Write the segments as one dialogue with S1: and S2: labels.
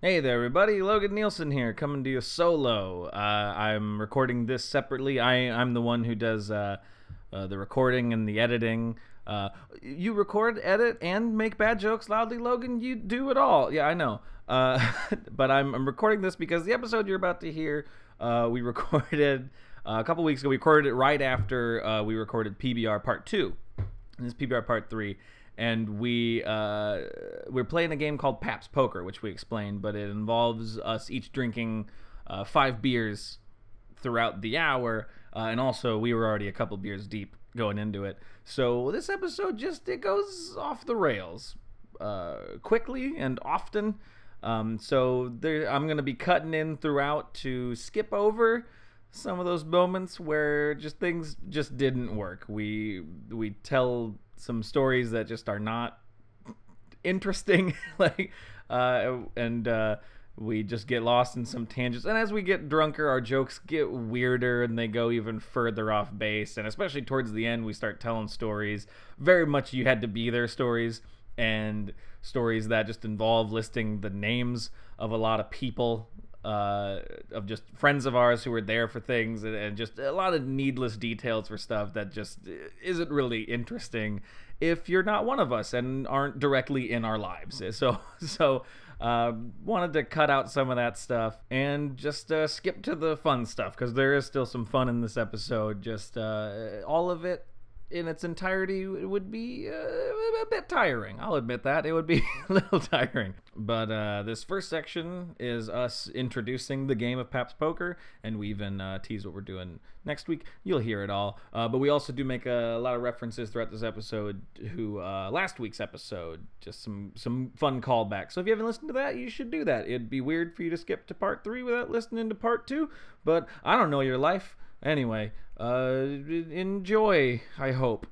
S1: Hey there, everybody. Logan Nielsen here, coming to you solo. Uh, I'm recording this separately. I, I'm the one who does uh, uh, the recording and the editing. Uh, you record, edit, and make bad jokes loudly, Logan. You do it all. Yeah, I know. Uh, but I'm, I'm recording this because the episode you're about to hear, uh, we recorded uh, a couple weeks ago. We recorded it right after uh, we recorded PBR Part 2 and this is PBR Part Three, and we uh, we're playing a game called Paps Poker, which we explained, but it involves us each drinking uh, five beers throughout the hour, uh, and also we were already a couple beers deep going into it. So this episode just it goes off the rails uh, quickly and often. Um, so there, I'm gonna be cutting in throughout to skip over some of those moments where just things just didn't work. We we tell some stories that just are not interesting like uh and uh we just get lost in some tangents and as we get drunker our jokes get weirder and they go even further off base and especially towards the end we start telling stories very much you had to be there stories and stories that just involve listing the names of a lot of people uh, of just friends of ours who were there for things and, and just a lot of needless details for stuff that just isn't really interesting if you're not one of us and aren't directly in our lives so so uh, wanted to cut out some of that stuff and just uh, skip to the fun stuff because there is still some fun in this episode just uh, all of it in its entirety it would be uh, a bit tiring. I'll admit that. It would be a little tiring. But uh, this first section is us introducing the game of Paps Poker, and we even uh, tease what we're doing next week. You'll hear it all. Uh, but we also do make a, lot of references throughout this episode to uh, last week's episode, just some, some fun callbacks. So if you haven't listened to that, you should do that. It'd be weird for you to skip to part three without listening to part two, but I don't know your life. Anyway, uh, enjoy, I hope.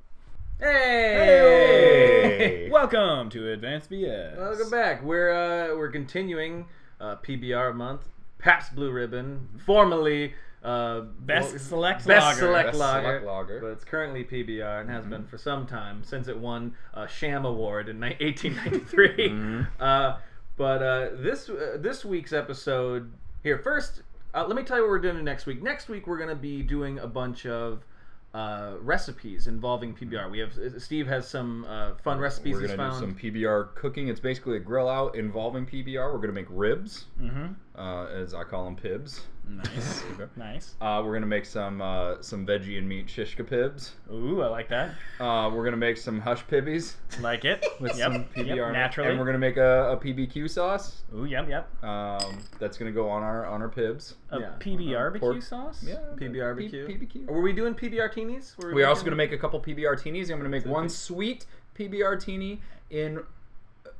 S1: Hey!
S2: Welcome to Advanced BS.
S1: Welcome back. We're uh, we're continuing uh, PBR month, Pabst Blue Ribbon, formerly uh,
S2: Best
S1: well,
S2: Select
S1: best
S2: Lager. Mm-hmm.
S1: select
S3: Best
S1: lager,
S3: Select Lager.
S1: but it's currently PBR and has been for some time since it won a Sham Award in ni- 1893.
S2: Mm-hmm.
S1: uh, but uh, this uh, this week's episode here first. Uh, let me tell you what we're doing next week. Next week we're gonna be doing a bunch of uh, recipes involving PBR. We have Steve has some uh, fun recipes
S3: We're
S1: he's
S3: gonna
S1: found.
S3: do some PBR cooking. It's basically a grill out involving PBR. We're gonna make ribs,
S2: Mm-hmm.
S3: uh, as I call them, pibs.
S2: Nice.
S3: Okay.
S2: nice.
S3: Uh, we're gonna make some uh, some veggie and meat shishka pibs.
S2: Ooh, I like that.
S3: Uh, we're gonna make some hush pibbies
S2: Like it.
S3: with
S2: yep.
S3: some PBR. in
S2: Yep.
S3: it.
S2: Naturally.
S3: And we're gonna make a, a PBQ sauce.
S2: Ooh, yep, yep.
S3: Um, that's gonna go on our on our pibs.
S2: A
S1: Yeah.
S2: PBR barbecue
S3: Pork-
S2: sauce.
S3: Yeah.
S1: PBR
S3: P-
S1: BBQ.
S3: PBQ.
S1: Were we doing PBR teenies? Were
S3: We're
S1: we
S3: also
S1: doing-
S3: gonna make a couple PBR teenies. I'm gonna make one sweet PBR teeny in.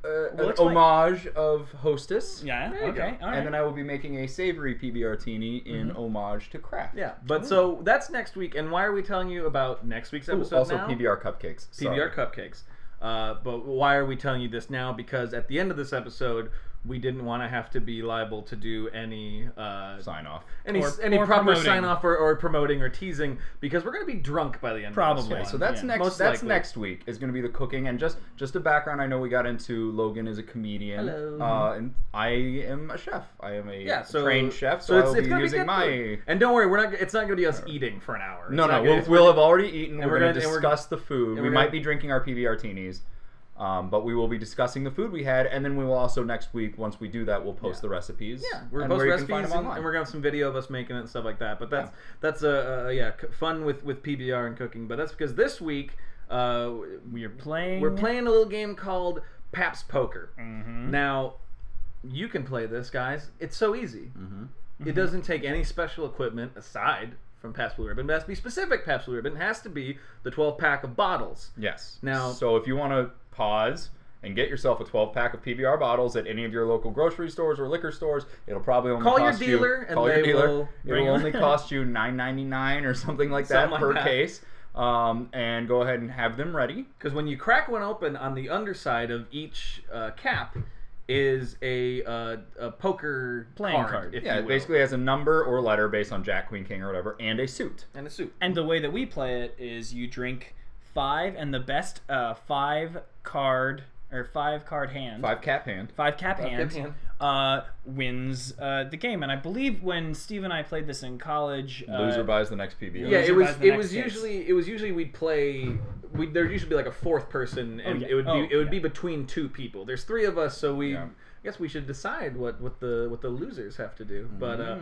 S3: Uh,
S2: Well,
S3: an
S2: it's like-
S3: homage of Hostess.
S2: Yeah.
S1: There you
S2: okay.
S1: go.
S2: All right.
S3: And then I will be making a savory PBR teeny in homage to Kraft.
S1: Yeah, but so that's next week. And why are we telling you about next week's
S3: Ooh,
S1: episode
S3: also
S1: now?
S3: PBR cupcakes. Sorry.
S1: PBR cupcakes. Uh, but why are we telling you this now? Because at the end of this episode, we didn't want to have to be liable to do any uh,
S3: Sign off.
S1: any
S2: Or-
S1: any
S2: or
S1: proper
S2: promoting.
S1: sign off or, or promoting or teasing because we're gonna be drunk by the end. of
S2: Probably.
S1: this one.
S3: So that's
S2: Yeah.
S3: next.
S1: Most
S3: that's
S1: likely.
S3: next week is going to be the cooking and just just a background. I know we got into Logan is a comedian.
S1: Hello.
S3: Uh, and I am a chef. I am a
S1: yeah. So
S3: trained chef. So,
S1: So it's,
S3: I'll
S1: it's
S3: be
S1: gonna
S3: using
S1: good
S3: my.
S1: food. And don't worry, we're not. It's not gonna be us eating for an hour.
S3: No,
S1: It's
S3: no,
S1: not
S3: we'll,
S1: gonna-
S3: we'll have already eaten.
S1: and
S3: We're,
S1: we're
S3: going to
S1: gonna- and we're-
S3: discuss the food.
S1: and
S3: We
S1: we're
S3: might
S1: gonna-
S3: be drinking our PBR teenies, um, but we will be discussing the food we had, and then we will also next week, once we do that, we'll post the recipes.
S1: Yeah, we're
S3: and
S1: post
S3: where you can
S1: recipes,
S3: find them
S1: and,
S3: online.
S1: and we're gonna have some video of us making it and stuff like that. But that's that's a uh, yeah c- fun with with PBR and cooking. But that's because this week uh,
S2: we're playing.
S1: we're playing a little game called Paps Poker.
S2: Mm-hmm.
S1: Now you can play this, guys. It's so easy.
S3: Mhm.
S1: It doesn't take any special equipment aside from Paps Blue Ribbon. But it has to be specific. Paps Blue Ribbon It has to be the 12 pack of bottles.
S3: Yes.
S1: Now-
S3: so if you want to pause and get yourself a 12 pack of PBR bottles at any of your local grocery stores or liquor stores, it'll probably only
S1: Call your
S3: cost
S1: dealer
S3: you,
S1: and
S3: call
S1: they
S3: your dealer.
S1: will
S3: it'll
S2: bring
S3: only
S2: them.
S3: cost you 9.99 or something like that
S1: Something like
S3: per
S1: that.
S3: case. Um, and go ahead and have them ready.
S1: Because when you crack one open, on the underside of each uh, cap is a, uh, a poker
S2: Playing
S1: card,
S2: card.
S1: if
S3: yeah,
S1: you
S3: it
S1: will,
S3: basically has a number or letter based on Jack, Queen, King, or whatever, and a suit.
S1: and a suit.
S2: And the way that we play it is you drink five, and the best uh, five card or five card hand,
S3: Five cap hand.
S2: five cap
S1: Five cap
S2: hand,
S1: hand.
S2: Uh, wins uh, the game. And I believe when Steve and I played this in college, uh,
S3: Loser buys the next PBR.
S2: Yeah,
S1: Yeah, it
S2: Loser
S1: was
S2: buys the
S1: it
S2: next
S1: was
S2: case.
S1: usually it was usually we'd play we there'd usually be like a fourth person and
S2: yeah.
S1: it would be
S2: Oh,
S1: it would be
S2: yeah.
S1: between two people. There's three of us, so we
S3: Yeah.
S1: I guess we should decide what what the what the losers have to do. But uh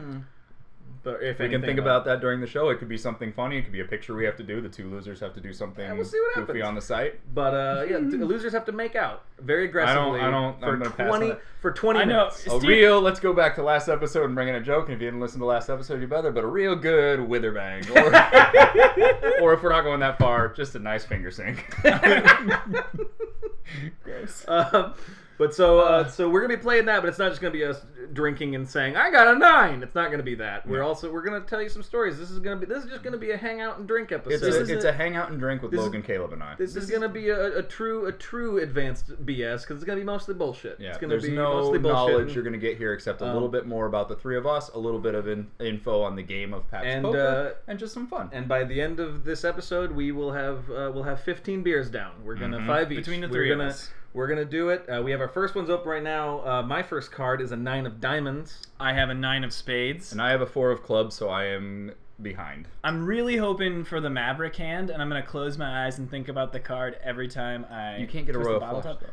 S1: but if
S3: Mm. We can
S1: anything,
S3: think
S1: uh,
S3: about that during the show. It could be something funny. It could be a picture we have to do. The two losers have to do something
S1: Yeah, we'll see what
S3: goofy
S1: happens.
S3: on the site.
S1: But uh yeah, the losers have to make out very aggressively
S3: I don't- I'm gonna
S1: for
S3: pass on
S1: 20
S3: that.
S1: for 20
S2: I know.
S1: minutes.
S3: A
S2: Steve-
S3: real, let's go back to last episode and bring in a joke. And if you didn't listen to last episode, you better. But a real good wither bang, or, or if we're not going that far, just a nice finger sink.
S2: Gross.
S1: Um, but so, uh, so we're gonna be playing that, but it's not just gonna be us drinking and saying I got a nine. It's not gonna be that. We're also we're gonna tell you some stories. This is gonna be this is just gonna be a hangout and drink episode.
S3: It's,
S1: this
S3: a,
S1: is,
S3: it's a hangout and drink with
S1: is-
S3: Logan, Caleb, and I.
S1: this is gonna be a, a true a true advanced BS because it's gonna be mostly bullshit.
S3: yeah,
S1: it's gonna
S3: there's
S1: be
S3: no
S1: mostly bullshit. Um,
S3: knowledge you're going to get here except a little bit more about the three of us, a little bit of in, info on the game of Pat's
S1: And,
S3: Poker,
S1: uh,
S3: and just some fun.
S1: and by the end of this episode, we will have uh, we'll have 15 beers down. We're gonna
S3: Mhm.
S1: five each
S2: Between the
S1: We're
S2: three of
S1: gonna-
S2: us.
S1: We're gonna do it. Uh, we have our first ones up right now. Uh, my first card is a nine of diamonds.
S2: I have a nine of spades.
S3: and I have a four of clubs, so I am behind.
S2: I'm really hoping for the Maverick hand, and I'm gonna close my eyes and think about the card every time I.
S3: You can't get a
S2: twist
S3: row
S2: the
S3: of
S2: bottle
S3: flush,
S2: top.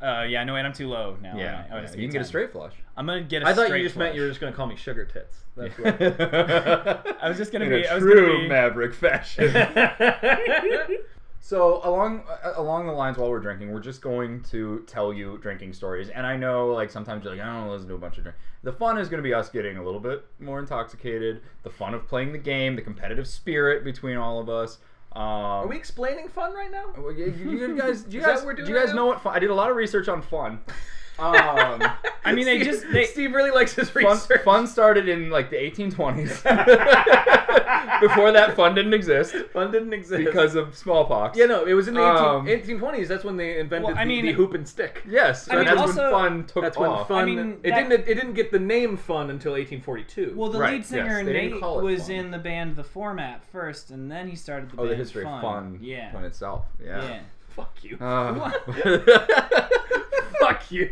S3: though.
S2: Uh, yeah, no, wait, I'm too low now.
S3: Yeah,
S2: aren't I? Oh,
S3: yeah,
S2: it's
S3: you can
S2: me
S3: get a
S2: time.
S3: straight flush.
S2: I'm gonna get. a
S1: I thought
S2: straight
S1: you just meant you were
S2: flush.
S1: just gonna call me sugar tits. That's what.
S3: I
S2: was just gonna
S3: In
S2: be-
S3: a
S2: I was
S3: true
S2: gonna be-
S3: Maverick fashion. so along uh, along the lines, while we're drinking, we're just going to tell you drinking stories. And I know, like sometimes you're like, I don't want to listen to a bunch of drink. The fun is going to be us getting a little bit more intoxicated. The fun of playing the game, the competitive spirit between all of us. Um,
S1: Are we explaining fun right now?
S3: well, You, you guys, do you
S1: Is that
S3: guys,
S1: what we're
S3: do
S1: doing
S3: you guys
S1: right
S3: know
S1: now?
S3: what fun? I did a lot of research on fun. Um,
S2: I mean, they
S1: Steve-
S2: just- they-
S1: Steve really likes his
S3: fun,
S1: research.
S3: fun started in like the 1820s. Before that, fun didn't exist
S1: Fun didn't exist
S3: because of smallpox.
S1: yeah, no, it was in the 18,
S3: Um,
S1: 1820s. That's when they invented
S2: Well, I
S1: the-
S2: mean-
S1: the, hoop and stick.
S3: Yes,
S2: I mean,
S3: and that's
S2: also-
S3: when fun took
S1: That's when
S3: off.
S1: fun.
S2: I mean,
S1: it
S2: that-
S1: didn't. It didn't get the name fun until 1842.
S2: Well, the
S3: Right,
S2: lead
S3: yes,
S2: singer
S3: they didn't
S2: Nate
S3: call it
S2: was
S3: fun.
S2: in the band The Format first, and then he started the
S3: oh,
S2: band.
S3: the history
S2: fun.
S3: of fun.
S2: Yeah.
S3: Fun itself. Yeah.
S2: yeah.
S1: fuck you.
S3: Uh,
S1: fuck you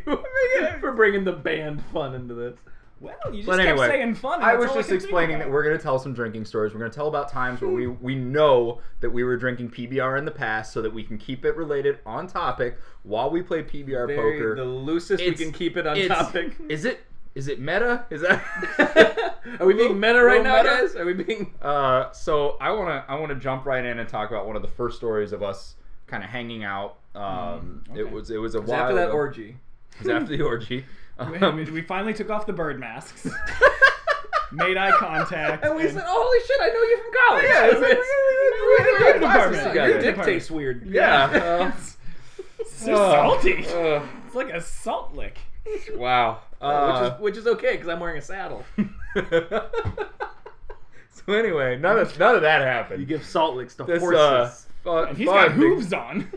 S1: for bringing the band fun into this.
S2: Well, you just
S3: But
S2: kept
S3: anyway,
S2: saying fun. and
S3: I
S2: that's
S3: was
S2: all
S3: just
S2: could think
S3: explaining
S2: about.
S3: that we're going to tell some drinking stories. We're going to tell about times where we, we know that we were drinking PBR in the past so that we can keep it related on topic while we play PBR
S1: Very-
S3: poker.
S1: The loosest
S3: It's-
S1: we can keep it on
S3: It's-
S1: topic.
S3: Is it is it meta? Is that
S1: Are we being meta right now,
S3: Little meta?
S1: guys? Are we being?
S3: Uh, so I wanna I wanna jump right in and talk about one of the first stories of us kind of hanging out. Um,
S2: Mm,
S3: it
S2: okay.
S3: was it was a
S1: It's
S3: while
S1: after that
S3: ago.
S1: orgy.
S3: It was after the orgy.
S2: Wait,
S3: Um,
S2: we finally took off the bird masks, made eye contact,
S1: And we said, "Oh, holy shit! I know you from college."
S3: Yeah, it's like,
S1: It's
S3: we're in the
S1: like,
S3: department
S1: "Wow,
S3: together."
S1: Your dick tastes weird.
S3: yeah.
S2: It's so
S3: Uh,
S2: salty.
S3: uh,
S2: It's like a salt lick.
S3: wow.
S1: Uh,
S3: Uh,
S1: which is which is okay because I'm wearing a saddle.
S3: so anyway, none of none of that happened.
S1: You give salt licks to
S3: this
S1: horses.
S3: uh, fun,
S2: And he's
S3: fun
S2: got
S3: big-
S2: hooves on.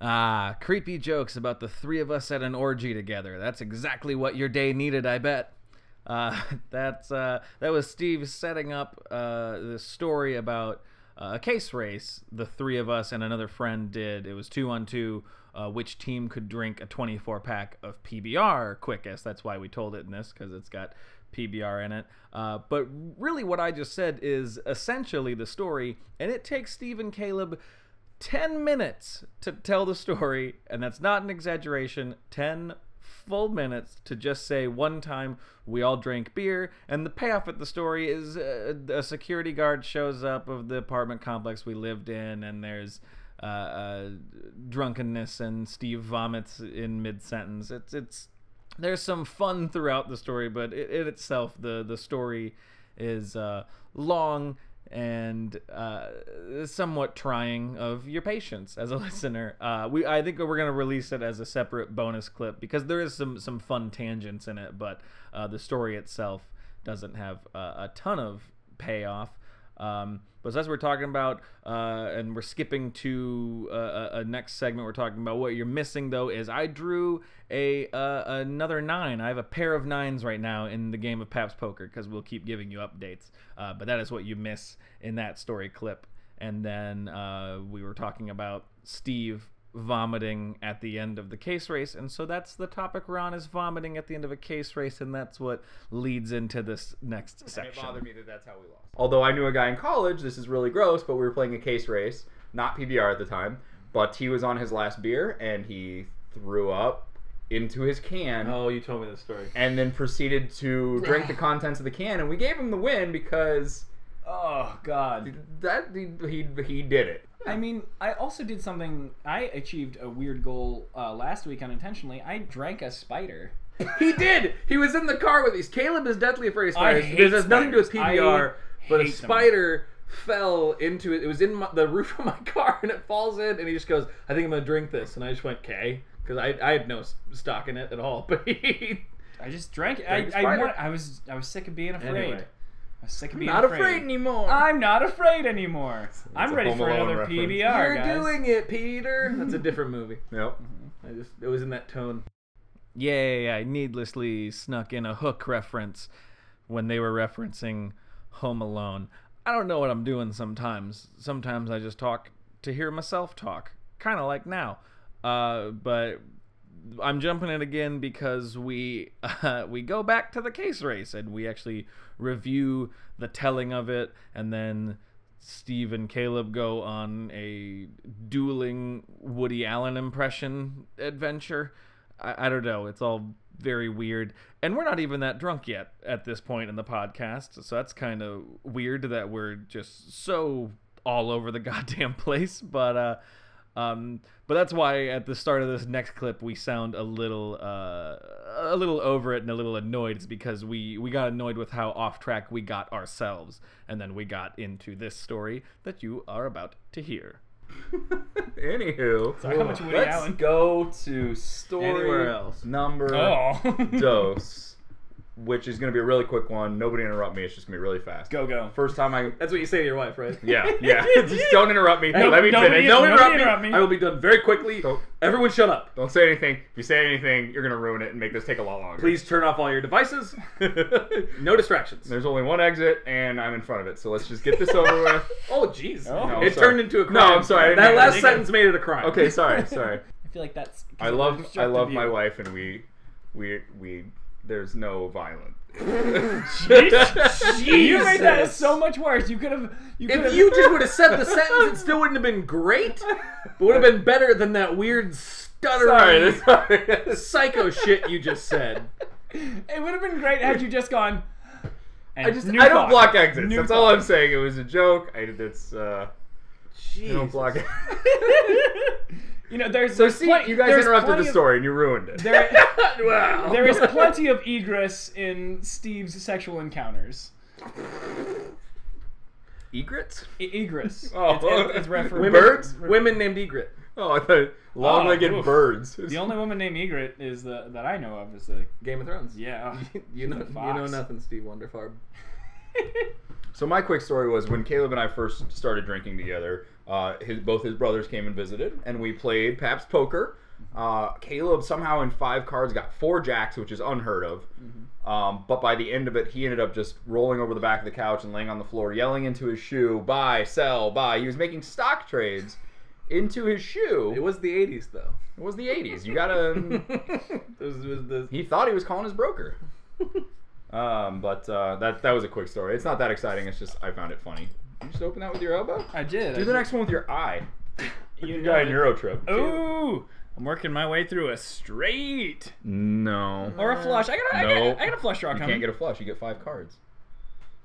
S1: Ah, creepy jokes about the three of us at an orgy together. That's exactly what your day needed, I bet. Uh, that's uh, that was Steve setting up uh, this story about uh, a case race. The three of us and another friend did. It was two on two. Uh, which team could drink a 24 pack of PBR quickest? That's why we told it in this because it's got PBR in it. Uh, but really, what I just said is essentially the story, and it takes Steve and Caleb 10 minutes to tell the story, and that's not an exaggeration. 10 full minutes to just say one time we all drank beer, and the payoff at the story is uh, a security guard shows up of the apartment complex we lived in, and there's uh, uh, drunkenness, and Steve vomits in mid sentence. It's, it's, there's some fun throughout the story, but it, in itself, the the story is uh, long and uh, somewhat trying of your patience as a listener. Uh, we I think we're gonna release it as a separate bonus clip because there is some some fun tangents in it, but uh, the story itself doesn't have uh, a ton of payoff. Um, but as we're talking about, uh, and we're skipping to uh, a, a next segment, we're talking about what you're missing though is I drew a uh, another nine. I have a pair of nines right now in the game of Paps Poker because we'll keep giving you updates. Uh, but that is what you miss in that story clip. And then uh, we were talking about Steve
S2: vomiting at the end of the case race. And so that's the topic Ron is vomiting at the end of a case race, and that's what leads into this next
S1: And it
S2: section.
S1: bothered me that that's how we lost.
S3: Although I knew a guy in college, this is really gross, but we were playing a case race, not PBR at the time, but he was on his last beer and he threw up into his can
S1: Oh, you told me this story.
S3: and then proceeded to drink the contents of the can and we gave him the win because
S4: Oh God.
S3: that he he, he did it.
S4: I mean, I also did something. I achieved a weird goal uh, last week unintentionally. I drank a spider.
S3: He did. He was in the car with these. Caleb is deathly afraid of
S4: I
S3: spiders.
S4: hate
S3: This has nothing to do with
S4: spiders. I
S3: PBR, but a
S4: hate them.
S3: spider fell into it. It was in my, the roof of my car, and it falls in, and he just goes, "I think I'm gonna drink this," and I just went, "K," because I, I had no s- stock in it at all. But he,
S4: I just drank. it.
S3: Drank a
S4: I, I,
S3: spider.
S4: want, I was I was sick of being afraid.
S1: Anyway.
S4: I was sick of being
S3: not afraid, anymore.
S4: I'm not afraid anymore. I'm
S1: a
S4: ready
S1: Home
S4: for
S1: Alone
S4: another
S1: reference.
S4: PBR,
S3: You're
S4: guys.
S3: doing it, Peter.
S2: That's a different movie.
S3: Nope.
S2: I just it was in that tone. Yay, I needlessly snuck in a hook reference when they were referencing Home Alone. I don't know what I'm doing sometimes. Sometimes I just talk to hear myself talk, kind of like now. Uh, but I'm jumping in again because we uh, we go back to the case race and we actually review the telling of it, and then Steve and Caleb go on a dueling Woody Allen impression adventure. I, I don't know. It's all very weird, and we're not even that drunk yet at this point in the podcast, so that's kind of weird that we're just so all over the goddamn place. But uh, um, but that's why at the start of this next clip we sound a little uh, a little over it and a little annoyed. It's because we we got annoyed with how off track we got ourselves, and then we got into this story that you are about to hear.
S3: Anywho,
S4: Talk how much Woody
S3: let's
S4: Allen.
S3: go to story
S2: Anywhere else.
S3: number
S4: Oh.
S3: dose, which is gonna be a really quick one. Nobody interrupt me. It's just gonna be really fast.
S4: go go.
S3: First time I
S1: That's what you say to your wife, right?
S3: Yeah, yeah. Just don't interrupt me.
S4: Hey,
S3: Let me
S4: nobody-
S3: finish. Don't
S4: nobody
S3: interrupt,
S4: interrupt
S3: me.
S4: me.
S3: I will be done very quickly. Don't,
S1: Everyone, shut up.
S3: don't say anything. If you say anything, you're gonna ruin it and make this take a lot longer.
S1: Please turn off all your devices. No distractions.
S3: There's only one exit, and I'm in front of it. So let's just get this over with.
S1: Oh, jeez.
S4: No,
S1: it
S3: sorry.
S1: turned into a crime.
S3: No, I'm sorry, I didn't
S1: That
S3: mean-
S1: last
S4: I
S1: sentence made it a crime.
S3: Okay, sorry, Oh, sorry.
S4: I feel like that's.
S3: I love I
S4: constructive
S3: love my
S4: you.
S3: wife, and we we we. There's no violence.
S4: You made that
S1: Jesus.
S4: so much worse. You could have. You could
S1: If
S4: have.
S1: you just would have said the sentence, it still wouldn't have been great, but would have been better than that weird stuttering
S3: Sorry, this- sorry.
S1: psycho shit you just said.
S4: It would have been great had you just gone.
S3: I just I don't block exits. That's all I'm saying. It was a joke. I that's uh. I don't block.
S4: you know, there's.
S3: So
S4: there's
S3: see,
S4: plen-
S3: you guys
S4: there's
S3: interrupted
S4: plenty
S3: the
S4: of-
S3: story Oh, and you ruined it.
S4: there,
S1: wow.
S4: there is plenty of egress in Steve's sexual encounters.
S1: Egret?
S4: E- egress.
S3: Oh.
S4: it's, it's, it's referenced.
S1: Women,
S3: Birds?
S1: Women named Egret.
S3: Oh, I thought long-legged
S4: oof.
S3: birds.
S4: The only woman named Egret is the that I know of is the
S1: Game of Thrones.
S4: yeah.
S1: You know,
S4: the
S1: you know
S4: fox.
S1: nothing, Steve Wonderfarb.
S3: So my quick story was when Caleb and I first started drinking together. Uh, his both his brothers came and visited, and we played Paps Poker. Uh, Caleb somehow in five cards got four jacks, which is unheard of.
S1: Mm-hmm.
S3: Um, but by the end of it, he ended up just rolling over the back of the couch and laying on the floor, yelling into his shoe, "Buy, sell, buy." He was making stock trades into his shoe.
S1: It was the 80s, though.
S3: It was the '80s. You gotta.
S1: It was, it was the
S3: he thought he was calling his broker. Um, but uh, that that was a quick story. It's not that exciting. It's just I found it funny. You just open that with your elbow.
S4: I did.
S3: Do
S4: I did.
S3: the next one with your eye. You
S4: know
S3: got a
S4: it.
S3: neuro trip.
S4: Ooh, I'm working my way through a straight
S3: No.
S4: or a flush. I got to I
S3: No.
S4: got I got a flush draw
S3: Uh, You
S4: coming.
S3: can't get a flush. You get five cards.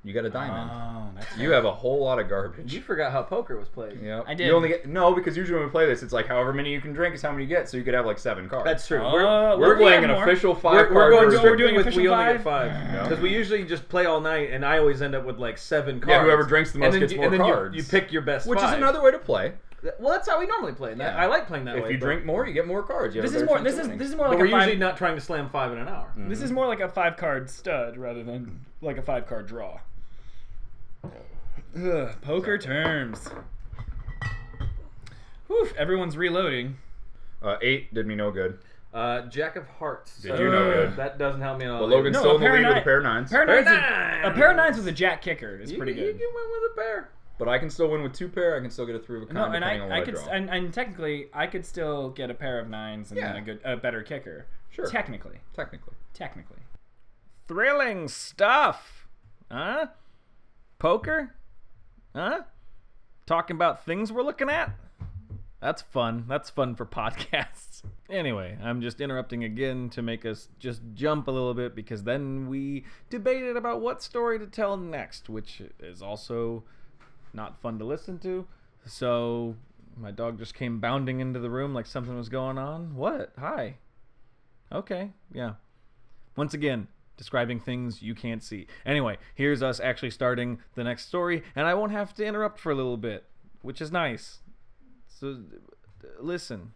S3: You got a diamond.
S2: Ah,
S4: Oh, that's
S3: you have a whole lot of garbage.
S1: You forgot how poker was played.
S3: Yep.
S4: I did.
S3: You only get no because usually when we play this, it's like however many you can drink is how many you get. So you could have like seven cards.
S1: That's true.
S4: Oh,
S1: we're,
S3: we're
S4: we
S3: playing
S4: have
S3: an
S4: more.
S3: official 5
S1: we're,
S3: card.
S1: we're going
S3: version.
S4: we're
S1: strictly
S4: doing
S1: with we
S4: official
S1: only get
S4: five?
S1: five because we usually just play all night, and I always end up with like seven cards.
S3: Yeah, whoever drinks the most
S1: and then,
S3: gets
S1: you-
S3: more
S1: and then
S3: cards.
S1: You, you pick your best,
S3: which is
S1: five.
S3: another way to play.
S1: Well, that's how we normally play. And that,
S3: Yeah.
S1: I like playing that
S3: If
S1: way.
S3: you
S1: but-
S3: drink more, you get more cards. You have
S4: This
S3: a
S4: is
S3: better
S4: more.
S3: chance
S4: This
S3: of
S4: is
S3: winning.
S4: this is more
S1: but
S4: like
S1: we're
S4: a five.
S1: usually not trying to slam five in an hour.
S3: Mm.
S4: This is more like a five card stud rather than like a five card draw. Ugh, poker terms. Whew, everyone's reloading.
S3: Uh, eight did me no good.
S1: Uh, Jack of Hearts. Uh,
S3: Did you know that?
S1: That doesn't help me at all.
S3: But Logan's
S4: No,
S3: still
S4: a
S3: in the
S4: pair
S3: lead
S4: of
S3: with a
S4: ni-
S3: pair of nines.
S4: Pair of nines,
S1: Pair of
S4: is- a pair of nines with a jack kicker is
S1: You-
S4: pretty
S1: You,
S4: good.
S1: you win with a pair.
S3: But I can still win with two pair. I can still get a three of a kind.
S2: No, and
S3: depending on what
S2: I, I could,
S3: draw.
S2: s- and, and technically, I could still get a pair of nines and then
S3: Yeah.
S2: a good, a better kicker.
S3: sure,
S2: Technically,
S3: technically.
S2: technically.
S1: Thrilling stuff. Huh? Poker? Huh? Talking about things we're looking at? That's fun. That's fun for podcasts. Anyway, I'm just interrupting again to make us just jump a little bit because then we debated about what story to tell next, which is also not fun to listen to. So my dog just came bounding into the room like something was going on. What? Hi. Okay. Yeah. Once again, describing things you can't see. Anyway, here's us actually starting the next story, and I won't have to interrupt for a little bit, which is nice. So, uh, listen.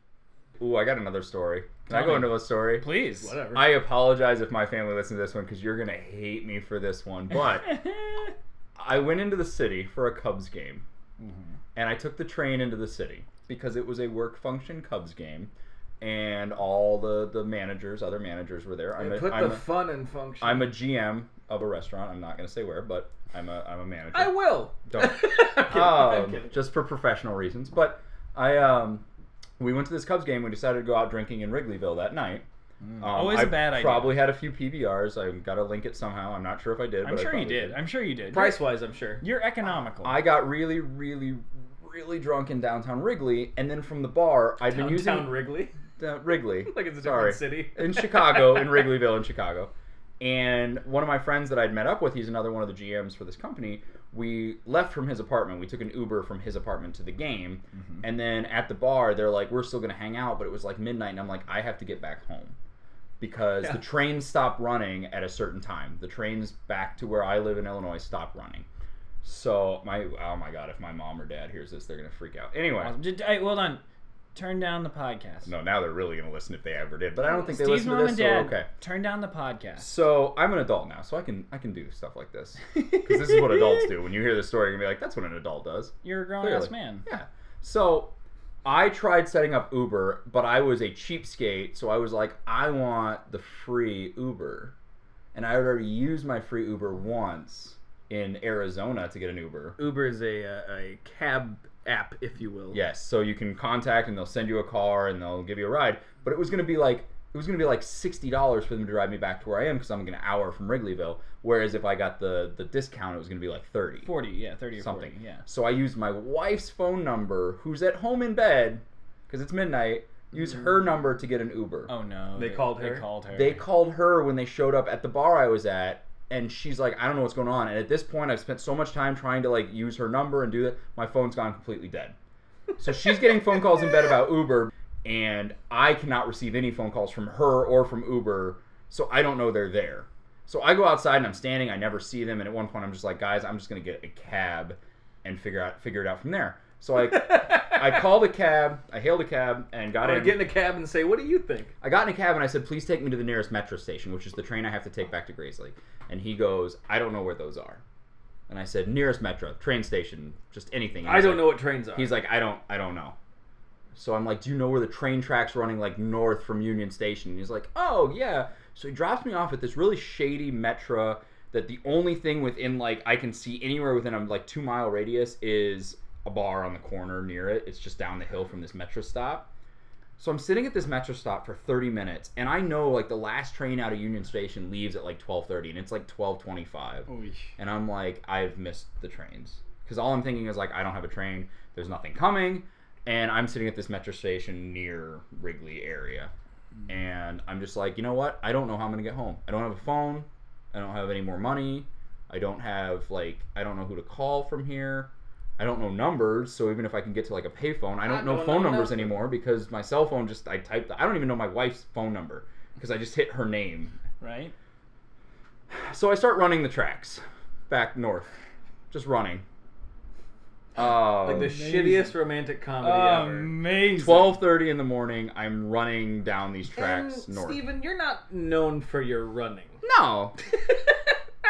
S3: Ooh, I got another story. Can I
S2: Tell
S3: go
S2: me.
S3: into a story?
S2: Please.
S5: Whatever.
S3: I apologize if my family listens to this one because you're gonna hate me for this one. But I went into the city for a Cubs game,
S5: Mm-hmm.
S3: and I took the train into the city because it was a work function Cubs game, and all the the managers, other managers, were there. I'm a,
S5: Put
S3: I'm,
S5: the
S3: a,
S5: fun in function.
S3: I'm a GM of a restaurant. I'm not gonna say where, but I'm a I'm a manager.
S5: I will.
S3: Don't.
S5: I'm kidding, I'm
S3: um,
S5: kidding.
S3: just for professional reasons. But I, um, we went to this Cubs game. We decided to go out drinking in Wrigleyville that night. Um,
S2: Mm. Always
S3: I
S2: a bad idea.
S3: Probably had a few PBRs. I got to link it somehow. I'm not sure if I did.
S2: I'm
S3: but I
S2: sure you
S3: probably
S2: did. I'm sure you did.
S5: Price wise, I'm sure.
S2: You're, you're economical.
S3: I got really, really, really drunk in downtown Wrigley, and then from the bar, I'd been using
S5: Downtown Wrigley.
S3: down- Wrigley.
S5: Like it's a different
S3: Sorry.
S5: city.
S3: in Chicago, in Wrigleyville, in Chicago. And one of my friends that I'd met up with, he's another one of the GMs for this company. We left from his apartment. We took an Uber from his apartment to the game.
S2: Mm-hmm.
S3: And then at the bar, they're like, we're still going to hang out. But it was like midnight. And I'm like, I have to get back home because
S5: Yeah.
S3: the trains stop running at a certain time. The trains back to where I live in Illinois stop running. So my oh my god, if my mom or dad hears this, they're gonna freak out. Anyway,
S2: Awesome. Did- hey, hold on. Turn down the podcast.
S3: no, now they're really gonna listen if they ever did. But I don't think they
S2: Steve's
S3: listen
S2: mom
S3: to this.
S2: and dad.
S3: So okay.
S2: Turn down the podcast.
S3: So I'm an adult now, so I can I can do stuff like this because this is what adults do. When you hear this story, you're gonna be like, "That's what an adult does."
S2: You're a grown ass
S3: Clearly.
S2: man.
S3: Yeah. So I tried setting up Uber, but I was a cheapskate, so I was like, "I want the free Uber," and I had already used my free Uber once in Arizona to get an Uber.
S5: Uber is a, a, a cab app, if you will.
S3: Yes, so you can contact and they'll send you a car and they'll give you a ride. But it was gonna be like it was gonna be like sixty dollars for them to drive me back to where I am because I'm like an hour from Wrigleyville. Whereas if I got the the discount, it was gonna be like thirty.
S2: Forty, yeah, thirty or
S3: Something.
S2: forty, yeah.
S3: So I used my wife's phone number, who's at home in bed, because it's midnight. Use her number to get an Uber.
S2: Oh no.
S5: They called her?
S2: They called her.
S3: They called her when they showed up at the bar I was at, and she's like, "I don't know what's going on." And at this point, I've spent so much time trying to like use her number and do that. My phone's gone completely dead. So she's getting phone calls in bed about Uber, and I cannot receive any phone calls from her or from Uber. So I don't know they're there. So I go outside and I'm standing. I never see them. And at one point, I'm just like, "Guys, I'm just gonna get a cab and figure out figure it out from there." So I I called a cab. I hailed a cab and got
S5: I'm gonna
S3: in.
S5: get in a cab and say, "What do you think?"
S3: I got in a cab and I said, "Please take me to the nearest metro station, which is the train I have to take back to Grayslake." And he goes, "I don't know where those are." And I said, "Nearest metro, train station, just anything." And
S5: I
S3: he's
S5: don't
S3: like-
S5: know what trains are.
S3: He's like, "I don't, I don't know." So I'm like, "Do you know where the train tracks running like north from Union Station?" And he's like, "Oh yeah." So he drops me off at this really shady metro that the only thing within like I can see anywhere within a like two mile radius is a bar on the corner near it. It's just down the hill from this metro stop. So I'm sitting at this metro stop for 30 minutes, and I know like the last train out of Union Station leaves at like 12:30, and it's like 12:25, and I'm like, I've missed the trains because all I'm thinking is like, I don't have a train. There's nothing coming, and I'm sitting at this metro station near Wrigley area, and I'm just like, you know what? I don't know how I'm gonna get home. I don't have a phone. I don't have any more money. I don't have like I don't know who to call from here. I don't know numbers, so even if I can get to like a payphone, I don't know
S5: don't
S3: phone
S5: know
S3: numbers
S5: nothing.
S3: anymore because my cell phone just I typed. I don't even know my wife's phone number because I just hit her name.
S2: right?
S3: So I start running the tracks back north, just running. Um,
S5: like the shittiest romantic comedy ever.
S2: Amazing.
S3: twelve thirty in the morning, I'm running down these tracks
S5: And
S3: north.
S5: Steven, you're not known for your running.
S3: No,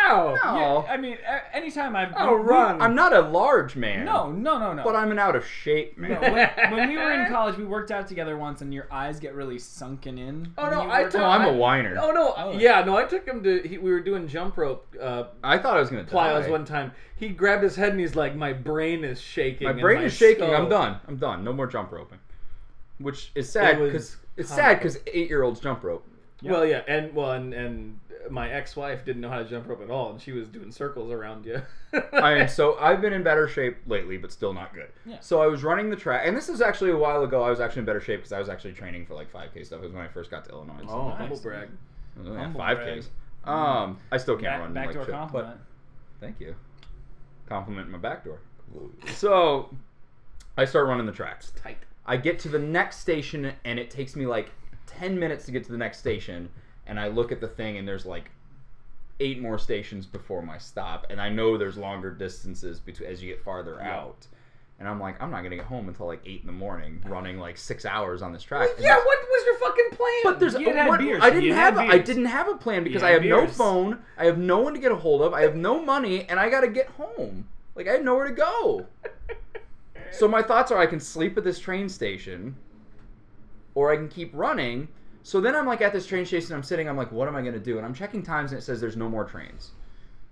S1: Wow.
S3: No.
S2: Yeah, I mean, a- anytime I've
S1: Oh, run.
S3: I'm not a large man.
S2: no, no, no, no.
S3: But I'm an out of shape man.
S2: No, when, when we were in college, we worked out together once, and your eyes get really sunken in.
S1: Oh,
S2: when
S1: no,
S2: you
S1: I
S2: work
S1: took-
S3: Oh,
S2: out.
S3: I'm a whiner.
S1: Oh no.
S2: Oh.
S1: Yeah. No, I took him to. He, we were doing jump rope uh,
S3: I thought I was gonna
S1: plyos
S3: die.
S1: one time. He grabbed his head and he's like, "My brain is shaking.
S3: My
S1: and
S3: brain is shaking.
S1: skull."
S3: I'm done. I'm done. No more jump roping. Which is sad
S1: It was
S3: because it's
S1: comical.
S3: sad because eight year olds jump rope.
S1: Well, yeah, and well, and, and my ex-wife didn't know how to jump rope at all, and she was doing circles around you.
S3: I am so I've been in better shape lately, but still not good.
S2: Yeah.
S3: So I was running the track, and this is actually a while ago. I was actually in better shape because I was actually training for like 5K stuff. It was when I first got to Illinois.
S1: Oh,
S3: and stuff.
S2: Nice.
S1: humble brag.
S3: yeah,
S2: humble
S3: 5Ks. Um, I still can't
S2: Back,
S3: run
S2: back
S3: like
S2: to a
S3: shit,
S2: compliment.
S3: But thank you. Compliment my back door. So I start running the tracks.
S1: Tight.
S3: I get to the next station and it takes me like 10 minutes to get to the next station and I look at the thing and there's like eight more stations before my stop and I know there's longer distances between as you get farther
S1: Yeah.
S3: out. And I'm like, I'm not gonna get home until like eight in the morning, running like six hours on this track. And
S1: Yeah.
S3: that's-
S1: What was your fucking plan?
S3: But there's
S2: You had
S3: what-
S2: beers.
S3: I didn't
S2: You had
S3: have a, I
S2: beers.
S3: didn't have a plan because
S2: You
S3: I
S2: had
S3: have no
S2: beers.
S3: phone, I have no one to get a hold of, I have no money, and I gotta get home. Like I had nowhere to go. So my thoughts are I can sleep at this train station or I can keep running. So then I'm like at this train station, I'm sitting, I'm like, what am I gonna do? And I'm checking times and it says there's no more trains.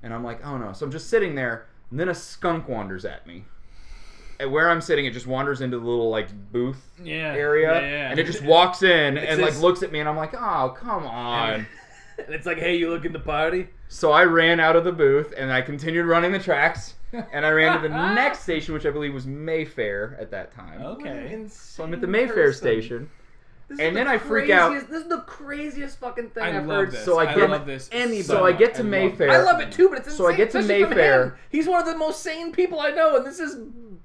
S3: And I'm like, oh no. So I'm just sitting there, and then a skunk wanders at me. At where I'm sitting, it just wanders into the little like booth
S2: Yeah,
S3: area.
S2: yeah, yeah.
S3: And it just walks in and like
S1: says-
S3: looks at me and I'm like, oh come on.
S1: and it's like, hey, you looking to party?
S3: So I ran out of the booth and I continued running the tracks and I ran to the next station, which I believe was Mayfair at that time.
S2: Okay.
S3: So I'm at the Mayfair station.
S1: This
S3: And
S1: is
S3: then
S1: the
S3: I freak out.
S1: craziest- This is the craziest fucking thing
S2: I
S1: have
S2: love
S1: heard.
S2: this.
S3: so I
S2: I,
S3: get-
S2: love this.
S1: anybody.
S3: So I get to
S2: love
S3: Mayfair.
S1: I love it too, but it's insane.
S3: So I get to
S1: especially from
S3: Mayfair.
S1: him. He's one of the most sane people I know, and this is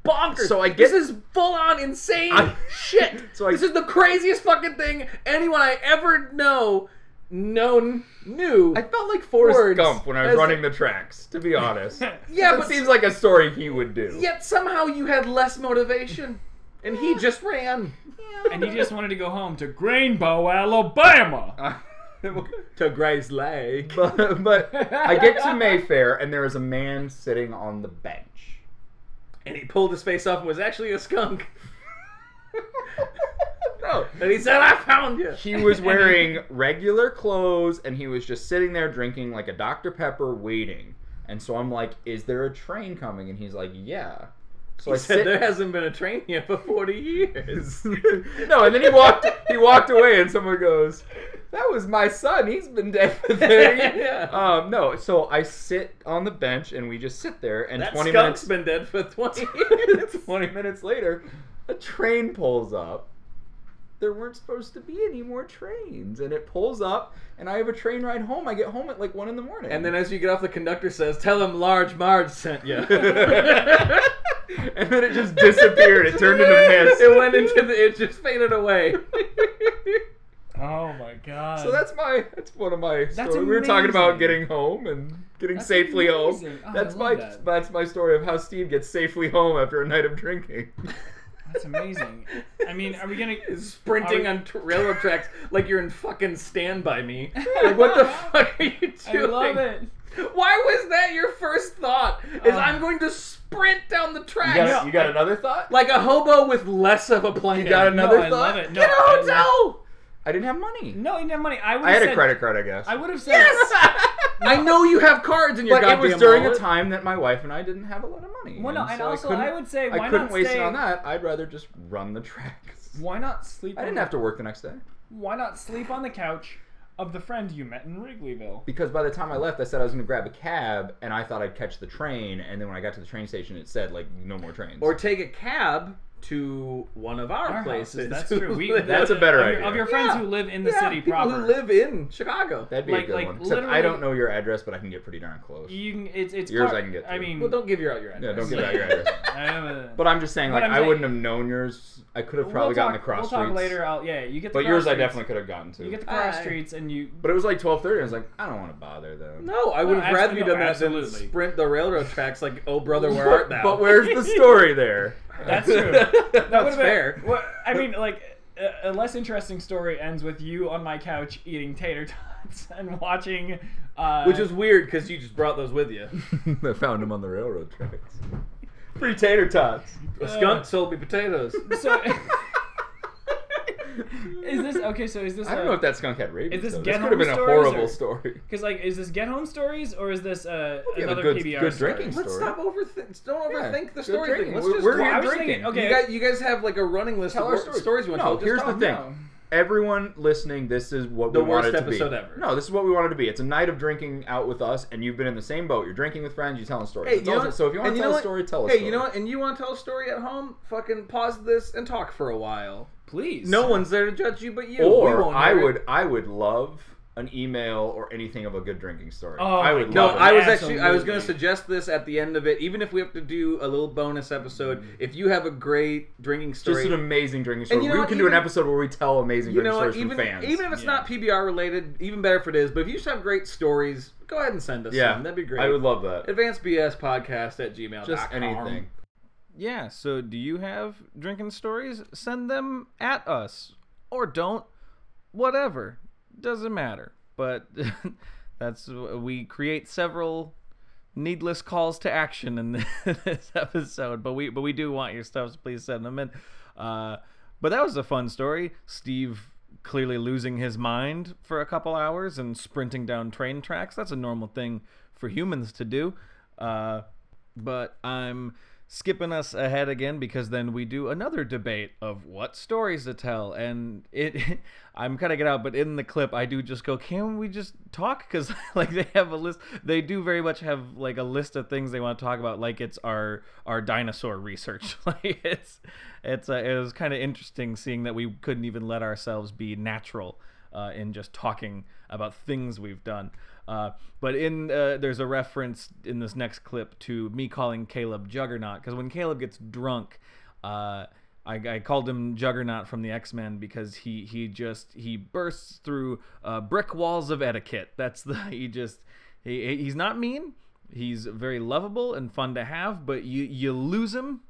S1: bonkers.
S3: So I
S1: this
S3: get-
S1: is full on insane
S3: I-
S1: shit.
S3: So I-
S1: this is the craziest fucking thing anyone I ever know, known, knew.
S3: I felt like Forrest
S1: Words
S3: Gump when I was
S1: as-
S3: running the tracks, to be honest.
S1: yeah,
S3: That
S1: but
S3: seems like a story he would do.
S1: yet somehow you had less motivation, and he just ran.
S2: And he just wanted to go home to Greenbow, Alabama.
S1: to Grace Lake.
S3: but, but I get to Mayfair and there is a man sitting on the bench.
S1: And he pulled his face off and was actually a skunk.
S3: No,
S1: And he said, I found you.
S3: he was wearing regular clothes and he was just sitting there drinking like a Dr. Pepper waiting. And so I'm like, is there a train coming? And he's like, yeah. So
S1: He
S3: I
S1: said
S3: sit
S1: there hasn't been a train here for 40 years.
S3: no, and then he walked he walked away and someone goes, That was my son, he's been dead for 30
S1: Yeah.
S3: Um no, so I sit on the bench and we just sit there and
S1: That
S3: twenty
S1: skunk's been
S3: minutes
S1: dead for 20 years.
S3: 20 minutes later, a train pulls up. There weren't supposed to be any more trains, and it pulls up, and I have a train ride home. I get home at like one in the morning,
S1: and then as you get off, the conductor says, tell him Large Marge sent you.
S3: and then it just disappeared. It turned into mist.
S1: It went into the, it just faded away.
S2: Oh my god.
S3: So that's my that's one of my.
S2: That's
S3: stories. We were talking about
S2: amazing.
S3: getting home and getting
S2: That's
S3: safely
S2: amazing.
S3: home.
S2: Oh, I
S3: that's my
S2: love that.
S3: that's my story of how Steve gets safely home after a night of drinking.
S2: That's amazing. I mean, are we gonna?
S1: Is sprinting
S2: Are we-
S1: on t- railroad tracks like you're in fucking Stand By Me. Like, what the fuck are you
S2: I
S1: doing?
S2: love it.
S1: Why was that your first thought? Is
S2: Uh.
S1: I'm going to sprint down the tracks
S3: you got another thought?
S1: like a hobo with less of a plan.
S3: got another
S2: no, I
S3: thought?
S2: love it. No,
S1: Get a
S2: I love-
S1: hotel.
S3: I didn't have money.
S2: No, he didn't have money. I would.
S3: I had
S2: said,
S3: a credit card, I guess.
S2: I would have said.
S1: Yes. I know you have cards in your
S3: but it
S1: goddamn
S3: was during
S1: wallet.
S3: a time that my wife and I didn't have a lot of money.
S2: Well, no, and
S3: so
S2: also
S3: couldn't-
S2: I would say, why
S3: I couldn't
S2: not
S3: waste
S2: stay-
S3: it on that. I'd rather just run the tracks.
S2: Why not sleep?
S3: I
S2: on
S3: didn't
S2: the-
S3: have to work the next day
S2: Why not sleep on the couch of the friend you met in Wrigleyville?
S3: because by the time I left, I said I was going to grab a cab, and I thought I'd catch the train. And then when I got to the train station, it said like no more trains.
S1: Or take a cab to one of our,
S2: Our
S1: places.
S2: houses. That's true. We,
S3: That's a better
S2: of your,
S3: idea.
S2: Of your friends
S1: Yeah.
S2: who live in the
S1: Yeah,
S2: city
S1: people
S2: proper.
S1: who live in Chicago.
S3: that'd be
S2: like-
S3: a good
S2: like,
S3: one. Except I
S2: literally-
S3: don't know your address, but I can get pretty darn close.
S2: You can. It's it's.
S3: Yours
S2: car-
S3: I can get
S2: I
S3: to.
S2: mean.
S1: Well, don't give your out your address.
S3: Yeah, don't give out your address.
S2: I have a-
S3: But I'm just saying,
S2: But
S3: like
S2: I'm
S3: I
S2: saying-
S3: wouldn't have known yours. I could have probably
S2: we'll
S3: gotten
S2: talk,
S3: the cross
S2: We'll
S3: streets.
S2: talk later. I'll, yeah, you get. The
S3: But
S2: cross
S3: yours, I
S2: streets.
S3: definitely could have gotten to.
S2: You get the cross
S1: Aye.
S2: streets, and you.
S3: but it was like 12:30. I was like, I don't want to bother them.
S1: No, I would
S2: No,
S1: have rather you
S2: absolutely-
S1: done that than
S2: absolutely.
S1: sprint the railroad tracks like, oh brother, where art thou?
S3: But where's the story there?
S2: That's true.
S1: That's
S2: What about-
S1: fair.
S2: What, I mean, like a, a less interesting story ends with you on my couch eating tater tot. shots and watching. Uh,
S5: Which is weird because you just brought those with you.
S3: I found him on the railroad tracks. Free tater tots.
S5: A skunk sold me potatoes.
S2: so. is this okay? So is this?
S3: I don't
S2: a-
S3: know if that skunk had rabies.
S2: Is this
S3: though.
S2: Get
S3: this could have
S2: Home
S3: been a
S2: Stories
S3: horrible
S2: or-
S3: story.
S2: Because like, is this get home stories or is this uh,
S3: Yeah, but
S2: another
S3: good-
S2: PBR?
S3: good
S2: story?
S3: drinking.
S5: Let's
S3: Story.
S5: stop overthink. Don't
S3: Yeah,
S5: overthink the
S3: good
S5: story
S3: drinking.
S5: thing. Let's
S3: We're-
S5: just
S3: we're
S5: talk.
S3: here
S2: I was
S3: drinking.
S2: thinking, okay,
S5: You guys, you guys have like a running list
S3: Tell
S5: of
S3: our
S5: wor-
S3: stories.
S5: you want
S3: No,
S5: to tell.
S3: here's
S5: Just
S3: the
S5: talk
S3: thing.
S5: now.
S3: Everyone listening, this is what
S5: The
S3: we wanted
S5: worst
S3: to be.
S5: episode ever.
S3: No, this is what we wanted to be. It's a night of drinking out with us, and you've been in the same boat. You're drinking with friends. You're telling stories.
S5: Hey,
S3: It's
S5: you know
S3: also-
S5: what?
S3: so if you want
S5: And
S3: to
S5: you
S3: tell
S5: know
S3: a
S5: what?
S3: story, tell a
S5: Hey,
S3: story.
S5: you know what? And you want to tell a story at home? Fucking pause this and talk for a while.
S2: Please.
S5: No one's there to judge you but you. we
S3: Or
S5: won't
S3: I
S5: hear it.
S3: would, I would love an email or anything of a good drinking story.
S2: Oh my
S3: I would
S5: No,
S3: love it.
S5: I was actually I was
S2: Absolutely.
S5: going to suggest this at the end of it. Even if we have to do a little bonus episode, if you have a great drinking
S3: Mm-hmm. just
S5: story,
S3: an amazing drinking story.
S5: you know
S3: we
S5: what?
S3: can do
S5: Even-
S3: an episode where we tell amazing
S5: you
S3: drinking
S5: know what?
S3: stories
S5: Even
S3: from fans.
S5: even if it's
S2: Yeah.
S5: not PBR related, even better if it is. But if you just have great stories, go ahead and send us.
S3: yeah,
S5: some. that'd be great.
S3: I would love that.
S5: Podcast at gmail.
S3: Just anything.
S1: Yeah, so do you have drinking stories? Send them at us or don't. Whatever. Doesn't matter. But that's we create several needless calls to action in this episode, but we but we do want your stuff, so please send them in. Uh, but that was a fun story. Steve clearly losing his mind for a couple hours and sprinting down train tracks. That's a normal thing for humans to do. Uh, but I'm skipping us ahead again because then we do another debate of what stories to tell and it I'm cutting it out but in the clip I do just go can we just talk cuz like they have a list they do very much have like a list of things they want to talk about like it's our our dinosaur research like it's it's uh, it was kind of interesting seeing that we couldn't even let ourselves be natural uh, in just talking about things we've done. Uh, but in uh, there's a reference in this next clip to me calling Caleb Juggernaut because when Caleb gets drunk, uh, I, I called him Juggernaut from the X Men because he he just he bursts through uh, brick walls of etiquette. That's the he just he, he's not mean. He's very lovable and fun to have, but you you lose him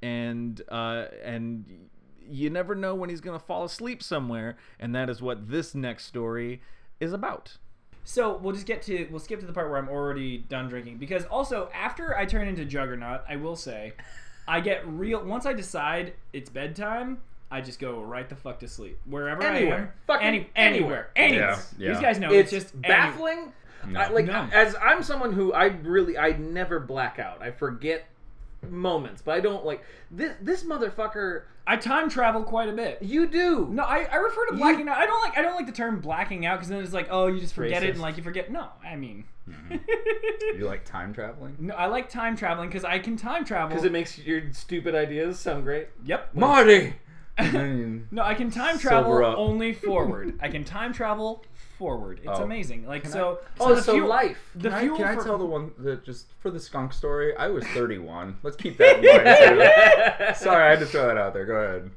S1: and uh, and you never know when he's gonna fall asleep somewhere, and that is what this next story is about.
S2: So we'll just get to we'll skip to the part where I'm already done drinking because also after I turn into Juggernaut, I will say, I get real once I decide it's bedtime. I just go right the fuck to sleep wherever I am.
S5: Anywhere. Fucking
S2: Any- anywhere, anywhere.
S3: Yeah, yeah.
S2: These guys know
S5: it's
S2: it's, just any-
S5: baffling.
S3: No.
S5: I, like
S2: Um, No.
S5: as I'm someone who I really I never black out. I forget moments, but I don't like this this motherfucker.
S2: I time travel quite a bit.
S5: You do.
S2: No, I, I refer to
S5: You-
S2: blacking out. I don't like I don't like the term blacking out because then it's like oh you just forget it
S5: Racist.
S2: and like you forget. No, I mean,
S3: You like time traveling?
S2: no, I like time traveling because I can time travel.
S5: Because it makes your stupid ideas sound great.
S2: yep.
S3: Marty. Mm.
S2: No, I can time
S3: Silver
S2: travel
S3: up.
S2: only forward. I can time travel forward. It's
S3: Oh.
S2: amazing. Like so.
S5: Oh,
S2: the
S5: so
S2: fuel-
S5: life.
S2: The
S3: Can I,
S2: fuel
S3: can I
S2: for-
S3: tell the one that just for the skunk story? I was 31. Let's keep that in mind. Too. Sorry, I had to throw that out there. Go ahead.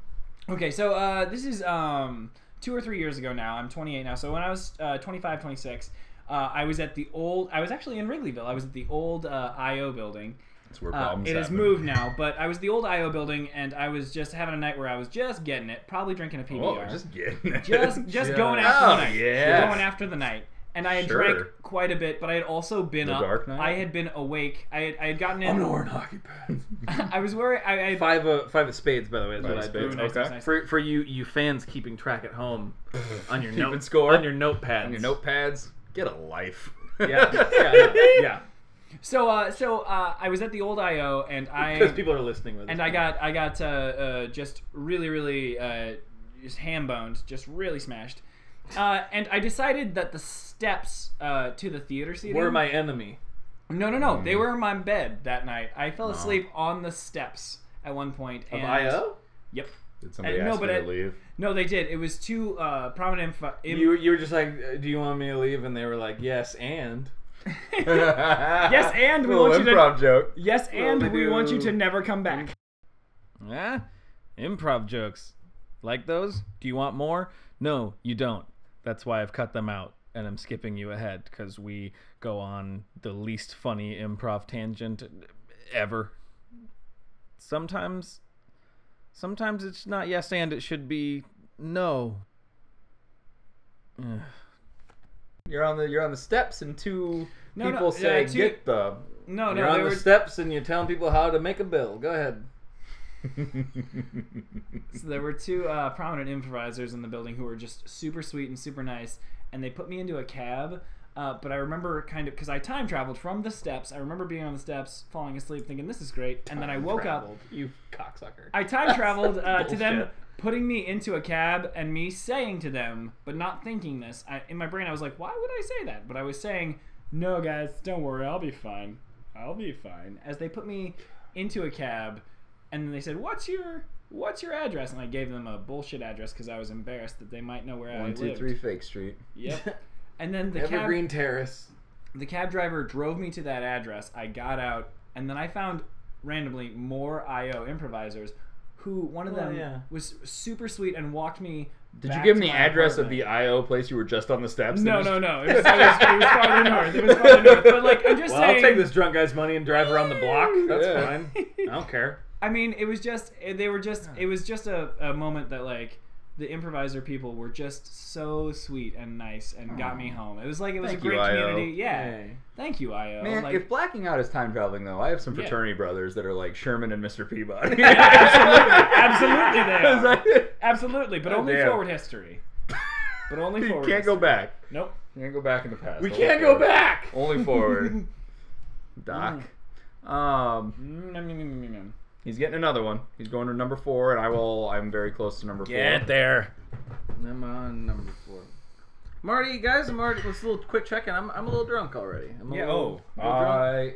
S2: Okay, so uh, this is um, two or three years ago now. I'm 28 now. So when I was uh, 25, 26, uh, I was at the old. I was actually in Wrigleyville. I was at the old uh, IO building.
S3: That's where
S2: Uh,
S3: problems.
S2: it has
S3: happen.
S2: moved now, but I was the old IO building, and I was just having a night where I was just getting it, probably drinking a PBR,
S3: Whoa, just getting it.
S2: just, just going after
S3: oh,
S2: the night,
S3: yeah.
S2: going after the night. And I had
S3: Sure.
S2: drank quite a bit, but I had also been
S3: The
S2: up.
S3: dark night?
S2: I had been awake. I had, I had gotten in.
S5: I'm not wearing hockey pads.
S2: I was wearing. I, I had,
S5: five of five of spades, by the way. Is what
S3: of
S5: I
S3: spades.
S5: do.
S2: Ooh, nice,
S3: okay.
S2: nice, nice.
S5: For for you you fans keeping track at home on your
S3: Keeping
S5: note
S3: score.
S5: on your notepads
S3: On your notepads. Get a life.
S5: Yeah, yeah, yeah, yeah.
S2: So, uh, so uh, I was at the old IO, and I
S5: Because people are listening with us.
S2: and I got I got uh, uh, just really really uh, just ham boned, just really smashed. Uh, and I decided that the steps uh, to the theater seating
S5: We're my Mm. enemy.
S2: no no no they were in my bed that night. I fell asleep on the steps at one point.
S5: Of
S2: and-
S5: IO?
S2: Yep.
S3: Did somebody
S2: Uh, no,
S3: ask
S2: but
S3: me
S2: I-
S3: to leave?
S2: No, they did. It was two uh, prominent. Inf- in-
S5: You, you were just like, uh, do you want me to leave? And they were like, yes, and.
S2: yes,
S3: yes,
S2: and we
S3: Little
S2: want you to.
S3: improv joke.
S2: Yes, and
S5: Well,
S2: we want you
S5: do.
S2: to never come back.
S1: Yeah, Eh, improv jokes like those. Do you want more? No, you don't. That's why I've cut them out and I'm skipping you ahead because we go on the least funny improv tangent ever. Sometimes, sometimes it's not yes and it should be no.
S3: You're on the you're on the steps, and two
S2: No, no,
S3: people
S2: yeah,
S3: say
S2: two-
S3: get the.
S2: No,
S1: You're
S2: no,
S1: on
S2: they
S1: the
S2: were,
S1: steps and you're telling people how to make a bill. Go ahead.
S2: so there were two uh, prominent improvisers in the building who were just super sweet and super nice, and they put me into a cab. Uh, but I remember kind of because I time traveled from the steps. I remember being on the steps, falling asleep, thinking this is great, and then I woke up.
S1: You cocksucker.
S2: I time traveled uh, to them
S1: Bullshit.
S2: putting me into a cab and me saying to them, but not thinking this. I, in my brain, I was like, why would I say that? But I was saying, no, guys, don't worry, I'll be fine. I'll be fine. As they put me into a cab, and then they said, what's your what's your address? And I gave them a bullshit address because I was embarrassed that they might know where I
S3: One, two,
S2: lived.
S3: three, Fake Street.
S2: Yep. And then the cab
S1: Evergreen Terrace.
S2: the cab driver drove me to that address. I got out, and then I found randomly more IO improvisers who one of
S1: Well,
S2: them
S1: yeah.
S2: was super sweet and walked me.
S3: Did
S2: back
S3: you give
S2: to
S3: them the
S2: my
S3: address of
S2: apartment.
S3: the IO place you were just on the steps?
S2: No,
S3: and
S2: no,
S3: just-
S2: no. It was, it, was, it was farther north. It was farther north. But like, I'm just
S1: Well,
S2: saying.
S1: I'll take this drunk guy's money and drive around the block. That's
S3: Yeah.
S1: fine. I don't care.
S2: I mean, it was just they were just it was just a, a moment that like the improviser people were just so sweet and nice and got me home. It was like it was
S3: Thank
S2: a
S3: you,
S2: great
S3: IO.
S2: community. Yeah.
S1: Hey.
S2: Thank you, IO.
S3: Man,
S2: Oh, like,
S3: if blacking out is time traveling, though, I have some
S2: Yeah.
S3: fraternity brothers that are like Sherman and Mr. Peabody.
S2: absolutely, absolutely they are.
S3: It's like-
S2: Absolutely, but
S3: Oh,
S2: only
S3: damn.
S2: forward history. But only
S3: you
S2: forward.
S3: can't go
S2: history.
S3: back.
S2: Nope.
S3: You can't go back in the past.
S1: We
S3: Only
S1: can't go
S3: forward.
S1: back.
S3: Only forward. Doc.
S2: Mm.
S3: Um, he's getting another one. He's going to number four, and I will. I'm very close to number four.
S6: there.
S1: I'm on number four. Marty, guys, I'm already. Let's a little quick check in. I'm, I'm a little drunk already. I'm a
S2: Yeah,
S1: little, a
S2: oh.
S1: little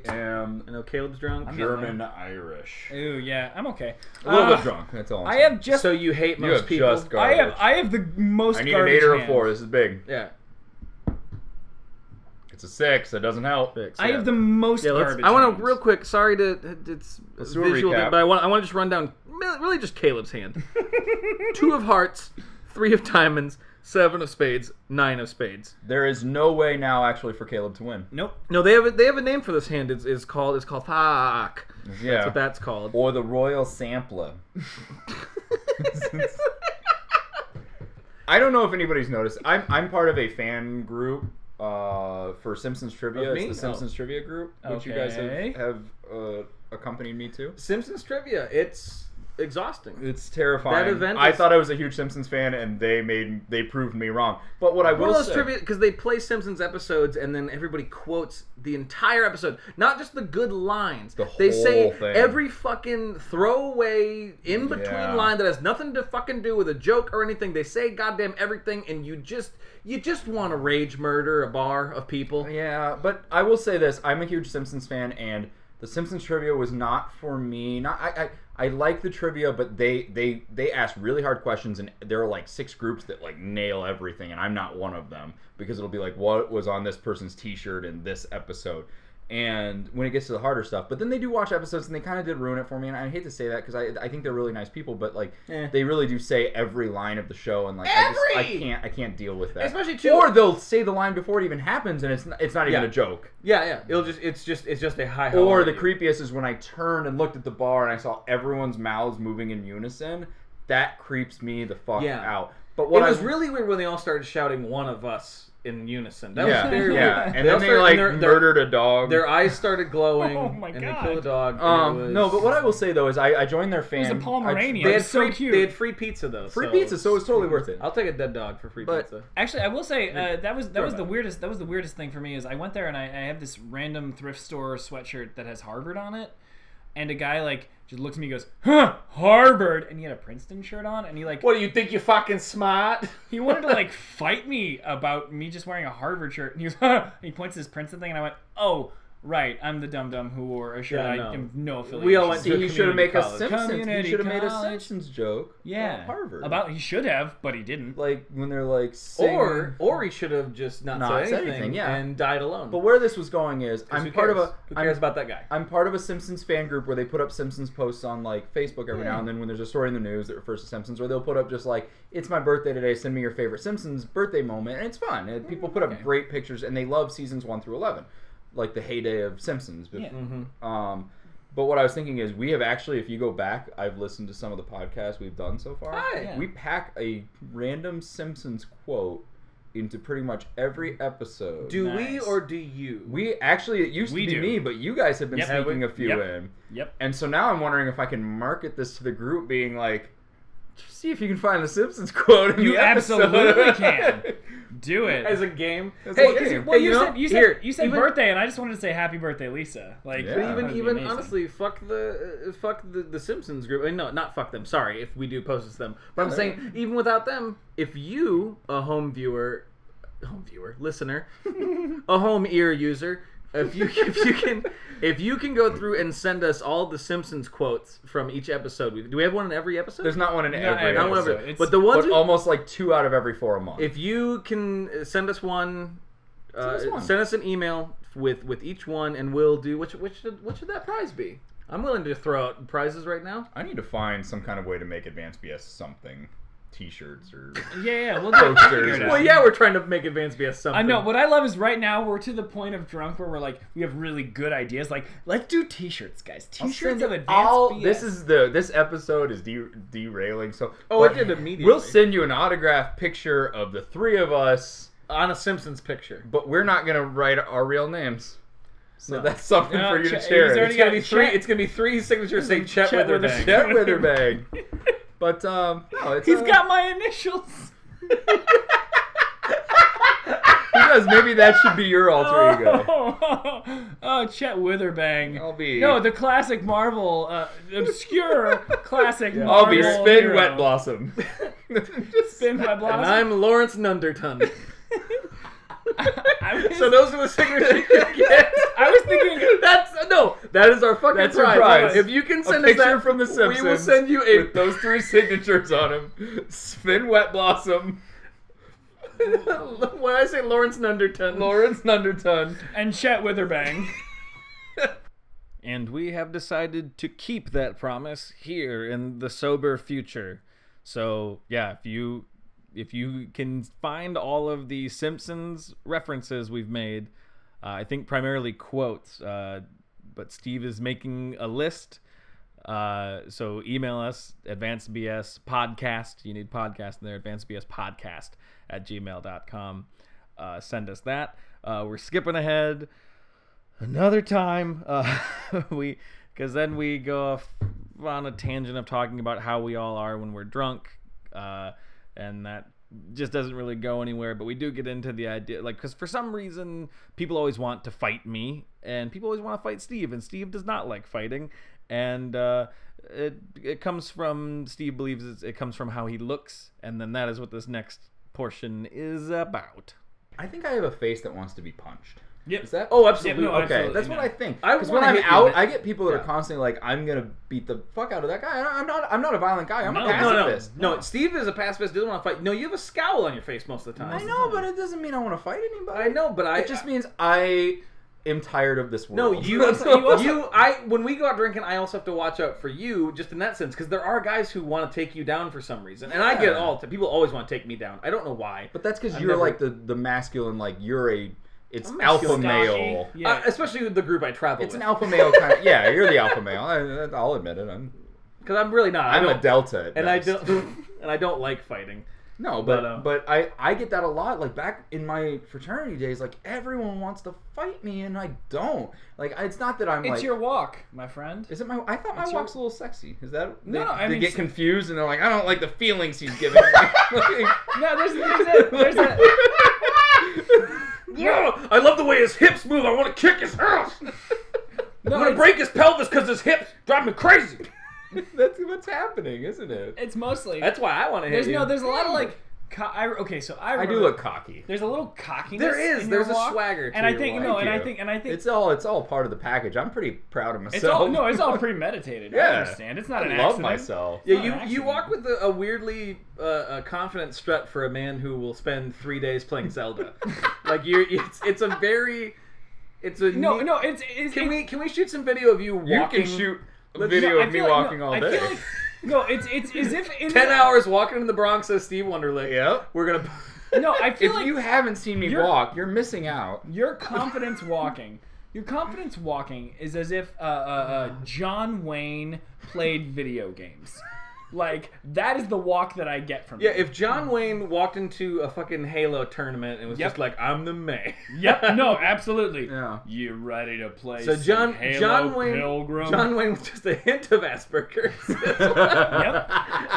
S1: drunk.
S3: I am
S1: I know Caleb's drunk.
S3: Uh, German Irish.
S2: Ooh, yeah, I'm okay.
S3: A little
S2: Uh,
S3: bit drunk. That's all. I'm
S2: I
S3: saying.
S2: have just.
S1: so you hate
S3: You
S1: most
S3: have
S1: people.
S3: just
S2: I
S3: garbage.
S2: have. I have the most.
S3: I need an
S2: garbage
S3: eight or a
S2: hands.
S3: four. This is big.
S1: yeah.
S3: It's a six. That doesn't help.
S1: Fix
S2: I
S1: it.
S2: have the most
S1: Yeah, let's,
S2: garbage.
S1: I want
S2: hands.
S1: to real quick. Sorry to it's
S3: Let's do a
S1: visual,
S3: recap.
S1: but I want I want to just run down really really just Caleb's hand. Two of hearts, three of diamonds, seven of spades, nine of spades.
S3: There is no way now, actually, for Caleb to win.
S2: Nope.
S1: No, they have a, they have a name for this hand. It's, it's called it's called fuck.
S3: Yeah.
S1: That's what that's called.
S3: or the Royal Sampler. I don't know if anybody's noticed. I'm I'm part of a fan group uh, for Simpsons trivia.
S1: Of
S3: It's
S1: me? Oh.
S3: the Simpsons trivia group, which you guys
S2: Okay.
S3: have, have uh, accompanied me to.
S1: Simpsons trivia. It's exhausting.
S3: It's terrifying.
S1: That event
S3: I
S1: is-
S3: thought I was a huge Simpsons fan, and they made they proved me wrong. But what I
S1: One
S3: will
S1: of those
S3: say,
S1: trivia because they play Simpsons episodes and then everybody quotes the entire episode, not just the good lines.
S3: The
S1: they say
S3: whole thing.
S1: every fucking throwaway in between
S3: Yeah.
S1: line that has nothing to fucking do with a joke or anything. They say goddamn everything, and you just you just want to rage murder a bar of people.
S3: Yeah, but I will say this: I'm a huge Simpsons fan, and the Simpsons trivia was not for me. Not I. I, I like the trivia, but they they they ask really hard questions, and there are like six groups that like nail everything, and I'm not one of them because it'll be like what was on this person's T-shirt in this episode. And when it gets to the harder stuff, but then they do watch episodes, and they kind of did ruin it for me. And I hate to say that because I, I think they're really nice people, but like
S1: Eh.
S3: they really do say every line of the show, and like I just I
S1: Every!
S3: can't I can't deal with that.
S1: Especially too-
S3: or they'll say the line before it even happens, and it's not, it's not even
S1: Yeah.
S3: a joke.
S1: Yeah, yeah. It'll just it's just it's just a high. how
S3: Or
S1: are
S3: the
S1: you?
S3: creepiest is when I turned and looked at the bar and I saw everyone's mouths moving in unison. That creeps me the fuck
S1: Yeah.
S3: out. But
S1: It
S3: what I
S1: was really weird when they all started shouting "one of us" in unison. That
S3: yeah
S1: was very
S3: yeah,
S1: weird.
S3: and then
S1: all
S3: they
S1: started-
S3: like
S1: their- their-
S3: murdered a dog.
S1: Their eyes started glowing,
S2: Oh my
S1: and
S2: God.
S1: they killed a dog. and it
S3: um
S1: was-
S3: no, but what I will say though is I, I joined their fan.
S2: was a Pomeranian.
S1: they
S3: I-
S2: It
S1: had
S2: was so
S1: free,
S2: cute.
S1: They had free pizza though.
S3: free pizza, so it's totally worth it.
S1: I'll take a dead dog for free
S3: But-
S1: pizza.
S2: Actually, I will say uh, that was that was the
S3: about it.
S2: weirdest that was the weirdest thing for me is I went there and I, I have this random thrift store sweatshirt that has Harvard on it, and a guy like just looks at me and goes, "Huh, Harvard," and he had a Princeton shirt on, and he like
S1: do you think you fucking smart?
S2: he wanted to like fight me about me just wearing a Harvard shirt, and he was huh, and he points to this Princeton thing, and I went, "Oh, right, I'm the dumb dumb who wore a shirt
S1: Yeah,
S2: I
S1: no.
S2: am no affiliation."
S1: We all went
S3: See,
S1: to
S3: he
S1: a
S3: should have
S1: community
S3: made a
S1: college.
S3: Simpsons. He
S2: Community
S3: should have made a
S2: college.
S3: Simpsons joke.
S2: yeah
S3: about Harvard.
S2: about he should have, but he didn't.
S3: like when they're like sing-
S1: Or or he should have just not,
S3: Not
S1: said
S3: said
S1: anything,
S3: anything, yeah.
S1: and died alone.
S3: But where this was going is I'm
S1: who
S3: part of
S1: cares?
S3: a
S1: who
S3: I'm-
S1: cares about that guy?
S3: I'm part of a Simpsons fan group where they put up Simpsons posts on like Facebook every now and then when there's a story in the news that refers to Simpsons, or they'll put up just like "It's my birthday today, send me your favorite Simpsons birthday moment," and it's fun. And people put up great pictures, and they love seasons one through eleven, like the heyday of Simpsons. But,
S2: Yeah.
S1: Mm-hmm.
S3: um, but what I was thinking is we have actually, if you go back, I've listened to some of the podcasts we've done so far.
S1: Hi.
S2: Yeah.
S3: We pack a random Simpsons quote into pretty much every episode.
S1: Do we
S2: Nice.
S1: or do you?
S3: we actually it used to
S2: We
S3: be
S2: do.
S3: me, but you guys have been
S2: Yep.
S3: sneaking a few
S2: Yep.
S3: in.
S2: Yep.
S3: And so now I'm wondering if I can market this to the group, being like, see if you can find the Simpsons quote. In
S2: You
S3: the episode."
S2: absolutely can. Do it.
S1: as a game.
S3: As a
S1: hey,
S3: game.
S1: is it-
S2: well,
S1: hey,
S2: you,
S1: know,
S2: said you said
S1: here,
S2: you said
S1: even-
S2: birthday, and I just wanted to say happy birthday, Lisa. Like, that
S3: Yeah. But
S2: would
S1: Even
S2: be
S1: even
S2: amazing.
S1: honestly, fuck the uh, fuck the, the Simpsons group. I mean, no, not fuck them. Sorry, if we do post this to them, but I'm
S3: No,
S1: saying even without them, if you a home viewer, home viewer, listener, a home ear user, if you if you can if you can go through and send us all the Simpsons quotes from each episode, we- do we have one in every episode?
S3: There's not one in every
S2: every
S1: not one
S3: episode.
S2: episode.
S1: every-
S2: It's-
S1: but the ones
S3: But
S1: we-
S3: almost like two out of every four a month.
S1: if you can uh, send us one. Uh,
S3: us
S1: send,
S3: one.
S1: us an email with with each one, and we'll do. What should, what should what should that prize be? I'm willing to throw out prizes right now.
S3: I need to find some kind of way to make Advanced BS something, T-shirts or
S2: yeah, yeah, we'll do it. We'll figure it out.
S1: Well, yeah, we're trying to make Advanced BS something.
S2: I know. What I love is right now we're to the point of drunk where we're like we have really good ideas. Like let's do T-shirts, guys. T-shirts of advanced BS.
S3: This is the this episode is de- derailing. So
S1: Oh, it
S3: but
S1: did immediately.
S3: We'll send you an autograph picture of the three of us,
S1: on a Simpsons picture.
S3: but we're not gonna write our real names. So
S1: No.
S3: that's something
S2: No,
S3: for you to
S2: Chet-
S3: share.
S2: he's
S1: It's
S2: already-
S3: It's
S1: gonna be
S2: got
S1: three.
S2: Chet-
S1: It's gonna be three signatures saying Chet,
S2: Chet
S1: Witherdang.
S2: Witherdang.
S3: Chet Witherbag. But um, no, it's,
S2: He's
S3: uh,
S2: got my initials.
S3: Who knows? Maybe that should be your alter ego.
S2: Oh, oh, Chet Witherbang.
S3: I'll be.
S2: No, the classic Marvel, uh, obscure classic. Marvel
S3: I'll be Spin
S2: hero.
S3: Wet Blossom. Just
S2: Spin Wet Blossom.
S1: And I'm Lawrence Nunderton.
S2: I was,
S1: so those are the signatures you can get.
S2: I was thinking.
S1: That's no. That is our fucking
S3: That's our
S1: prize.
S3: prize.
S1: If you can
S3: a
S1: send us
S3: picture
S1: that
S3: from The Simpsons.
S1: we will send you a
S3: with those three signatures on him. Spin Wet Blossom,
S1: when I say Lawrence Nunderton,
S3: Lawrence Nunderton.
S2: And Chet Witherbang.
S7: And we have decided to keep that promise here in the sober future. So yeah, if you if you can find all of the Simpsons references we've made, uh, I think primarily quotes, uh, but Steve is making a list. Uh, so email us advanced bs podcast you need podcast in there advanced bs podcast at gmail.com uh, send us that uh, we're skipping ahead another time uh, we because then we go off on a tangent of talking about how we all are when we're drunk uh, and that just doesn't really go anywhere but we do get into the idea like because for some reason people always want to fight me and people always want to fight steve and steve does not like fighting and uh, it, it comes from steve believes it's, it comes from how he looks and then that is what this next portion is about
S3: I think I have a face that wants to be punched.
S2: Yep.
S3: Is that?
S1: Oh, absolutely.
S2: Yeah, no,
S3: okay.
S2: absolutely,
S3: That's what
S2: no.
S3: I think.
S1: I
S3: Because when
S1: wanna
S3: I'm
S1: hit you,
S3: out,
S1: man.
S3: I get people that
S1: Yeah.
S3: are constantly like, "I'm gonna beat the fuck out of that guy." I don't- I'm not. I'm not a violent guy. I'm
S2: No,
S3: a
S2: no,
S1: no, no,
S3: pacifist.
S1: no. Steve is a pacifist. Doesn't want to fight. No, you have a scowl on your face most of the time.
S3: I know, but it doesn't mean I want to fight anybody.
S1: I know, but I
S3: It just means I am tired of this
S1: No,
S3: world.
S1: you, you, I, when we go out drinking, I also have to watch out for you, just in that sense, because there are guys who want to take you down for some reason, and I get it
S3: Yeah.
S1: all. People always want to take me down. I don't know why,
S3: But that's because
S1: I've
S3: you're
S1: never-
S3: like the the masculine. Like you're a. It's
S1: I'm
S3: alpha
S1: masculine.
S3: male.
S2: Yeah.
S1: Uh, especially with the group I travel
S3: It's
S1: with.
S3: an alpha male kind. Of, yeah, you're the alpha male. I, I'll admit it. I'm
S1: because I'm really not. I
S3: I'm a
S1: don't-
S3: delta. at
S1: and I
S3: best.
S1: don't, and I don't like fighting.
S3: No, but
S2: um,
S1: But, uh,
S3: but I I get that a lot. Like back in my fraternity days, like everyone wants to fight me, and I don't. Like it's not that I'm
S2: It's
S3: like.
S2: your walk, my friend.
S3: is it my? I thought my
S2: it's your-
S3: walk's a little sexy. Is that?
S2: No,
S3: they,
S2: no, I
S3: they
S2: mean,
S3: get
S2: s-
S3: confused and they're like, I don't like the feelings he's giving. me.
S2: No, there's, there's a, there's a,
S1: Whoa, I love the way his hips move. I want to kick his house.
S2: no,
S1: I'm gonna
S2: it's-
S1: break his pelvis because his hips drive me crazy.
S3: Like, that's what's happening, isn't it?
S2: It's mostly.
S1: That's why I want to hit
S2: there's
S1: you.
S2: no. There's a lot of like. Co- I, okay, so I.
S3: I
S2: Remember,
S3: do look cocky.
S2: There's a little cockiness.
S1: There is,
S2: in your
S1: there's a
S2: walk,
S1: swagger to
S2: And I
S1: your
S2: think
S1: walk.
S2: no,
S3: Thank
S2: and I
S3: you.
S2: think and I think
S3: It's all it's all part of the package. I'm pretty proud of myself.
S2: it's all no, it's all premeditated.
S3: Yeah.
S2: I understand. It's not
S3: I
S2: an
S3: love
S2: accident.
S3: myself.
S1: Yeah,
S2: not
S1: you,
S2: an
S1: you
S2: accident.
S1: walk with a, a weirdly uh, a confident strut for a man who will spend three days playing Zelda. like you, it's it's a very, it's a
S2: No,
S1: neat-
S2: no, it's, it's
S1: Can
S2: it-
S1: we can we shoot some video of you walking?
S3: You can shoot a
S1: Let's-
S3: video
S2: no, I
S3: of me
S2: feel like-
S3: walking
S2: no,
S3: all
S2: I
S3: day.
S2: feel like- no, it's it's as if it
S1: ten
S2: is-
S1: hours walking in the Bronx as Steve Wonderlick.
S3: Yep.
S1: We're gonna.
S2: No, I feel
S3: If
S2: like
S3: you haven't seen me
S2: You're-
S3: walk, you're missing out.
S2: your confidence walking. Your confidence walking is as if uh, uh, uh, John Wayne played video games. Like that is the walk that I get from
S5: Yeah,
S2: it.
S5: if John Wayne walked into a fucking Halo tournament and was
S2: Yep.
S5: just like, "I'm the man."
S2: Yep. No. Absolutely.
S3: Yeah.
S2: You ready to play?
S5: So John
S2: some Halo
S5: John Wayne
S2: Pilgrim?
S5: John Wayne with just a hint of Asperger's.
S2: Yep.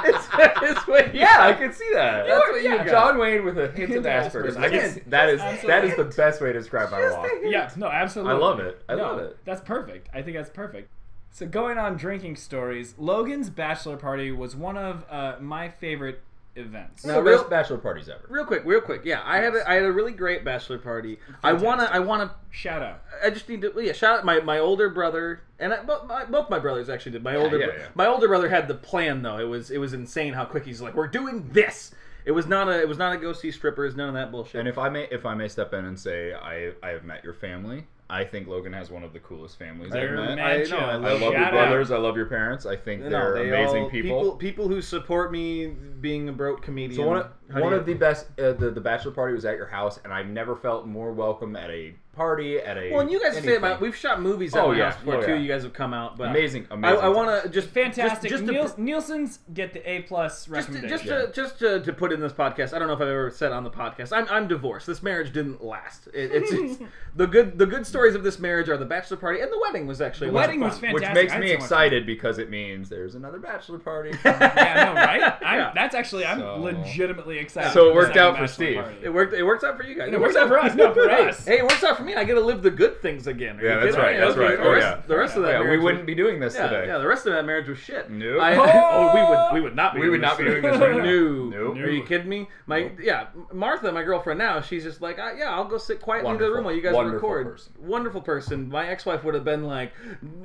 S5: it's, it's what you-
S3: Yeah, I could see that.
S5: That's what you got.
S3: John Wayne with a hint of
S2: Asperger's.
S3: Asperger's. I
S2: Yes.
S3: can, that is
S2: Absolutely.
S3: that is the best way to describe my walk.
S2: Yeah. No. Absolutely.
S3: I love it. I
S2: no,
S3: love it.
S2: That's perfect. I think that's perfect. So going on drinking stories, Logan's bachelor party was one of uh, my favorite events.
S3: Now,
S5: real-
S3: best bachelor parties ever.
S5: Real quick, real quick. Yeah, I had a, I had a really great bachelor party. I wanna I wanna
S2: Shout out.
S5: I just need to yeah shout out my, my older brother and I, both, my, both my brothers actually did. My older
S3: yeah,
S5: bro-
S3: yeah.
S5: my older brother had the plan though. It was it was insane how quick he's like we're doing this. It was not a it was not a go see strippers none of that bullshit.
S3: And if I may, if I may step in and say, I I have met your family. I think Logan has one of the coolest families
S2: They're
S3: I've met.
S2: mad chill.
S3: I, know, I love
S2: Shout
S3: your
S2: out.
S3: brothers. I love your parents. I think
S5: No,
S3: they're
S5: they
S3: amazing
S5: all-
S3: people.
S5: people. who support me being a broke comedian.
S3: So one of,
S5: How do
S3: one
S5: you-
S3: of the best, uh, the the bachelor party was at your house, and I've never felt more welcome at a party at a.
S5: well, and you guys say
S3: anything.
S5: about we've shot movies at
S3: Oh,
S5: my
S3: yeah.
S5: house before
S3: Oh,
S5: too.
S3: yeah.
S5: You guys have come out, but
S3: amazing,
S5: I,
S3: amazing.
S5: I want to just
S2: Fantastic.
S5: Just, just to-
S2: Niels- Nielsen's get the A
S5: just
S2: plus
S5: to,
S2: recommendation.
S5: just, to, just to, to put in this podcast, I don't know if I've ever said on the podcast. I'm, I'm divorced. This marriage didn't last. It, it's, it's the good the good stories of this marriage are the bachelor party and the wedding was actually
S2: The
S5: a lot of
S2: wedding
S5: fun.
S2: was
S3: which
S2: fantastic.
S3: makes
S2: I had
S3: me
S2: so much fun.
S3: excited because it means there's another bachelor party.
S2: yeah, no, right? I'm,
S5: Yeah.
S2: That's actually I'm
S3: So-
S2: legitimately excited.
S3: So it
S2: the
S3: worked
S2: second
S3: out for
S2: bachelor
S3: Steve.
S2: party.
S5: It worked. It works out for you guys.
S2: It works out for us, not for
S5: Hey,
S2: us.
S5: Hey, it works out for me. I get to live the good things again. Are you
S3: Yeah, that's
S5: kidding
S3: right,
S5: me?
S3: that's
S5: Okay,
S3: right.
S5: The
S3: Oh,
S5: rest,
S3: yeah.
S5: the rest of that
S3: yeah, we
S5: marriage
S3: wouldn't be doing this
S5: Yeah,
S3: today.
S5: yeah, the rest of that marriage was shit.
S3: Nope.
S5: I,
S2: Oh!
S5: oh, we would. We would not be.
S3: We would not be doing this right now.
S5: No.
S3: Nope.
S5: Are you kidding me? My yeah, Martha, my girlfriend now. She's just like, I, yeah, I'll go sit quietly in the
S3: Wonderful.
S5: room while you guys
S3: Wonderful
S5: record.
S3: person.
S5: Wonderful person. My ex-wife would have been like,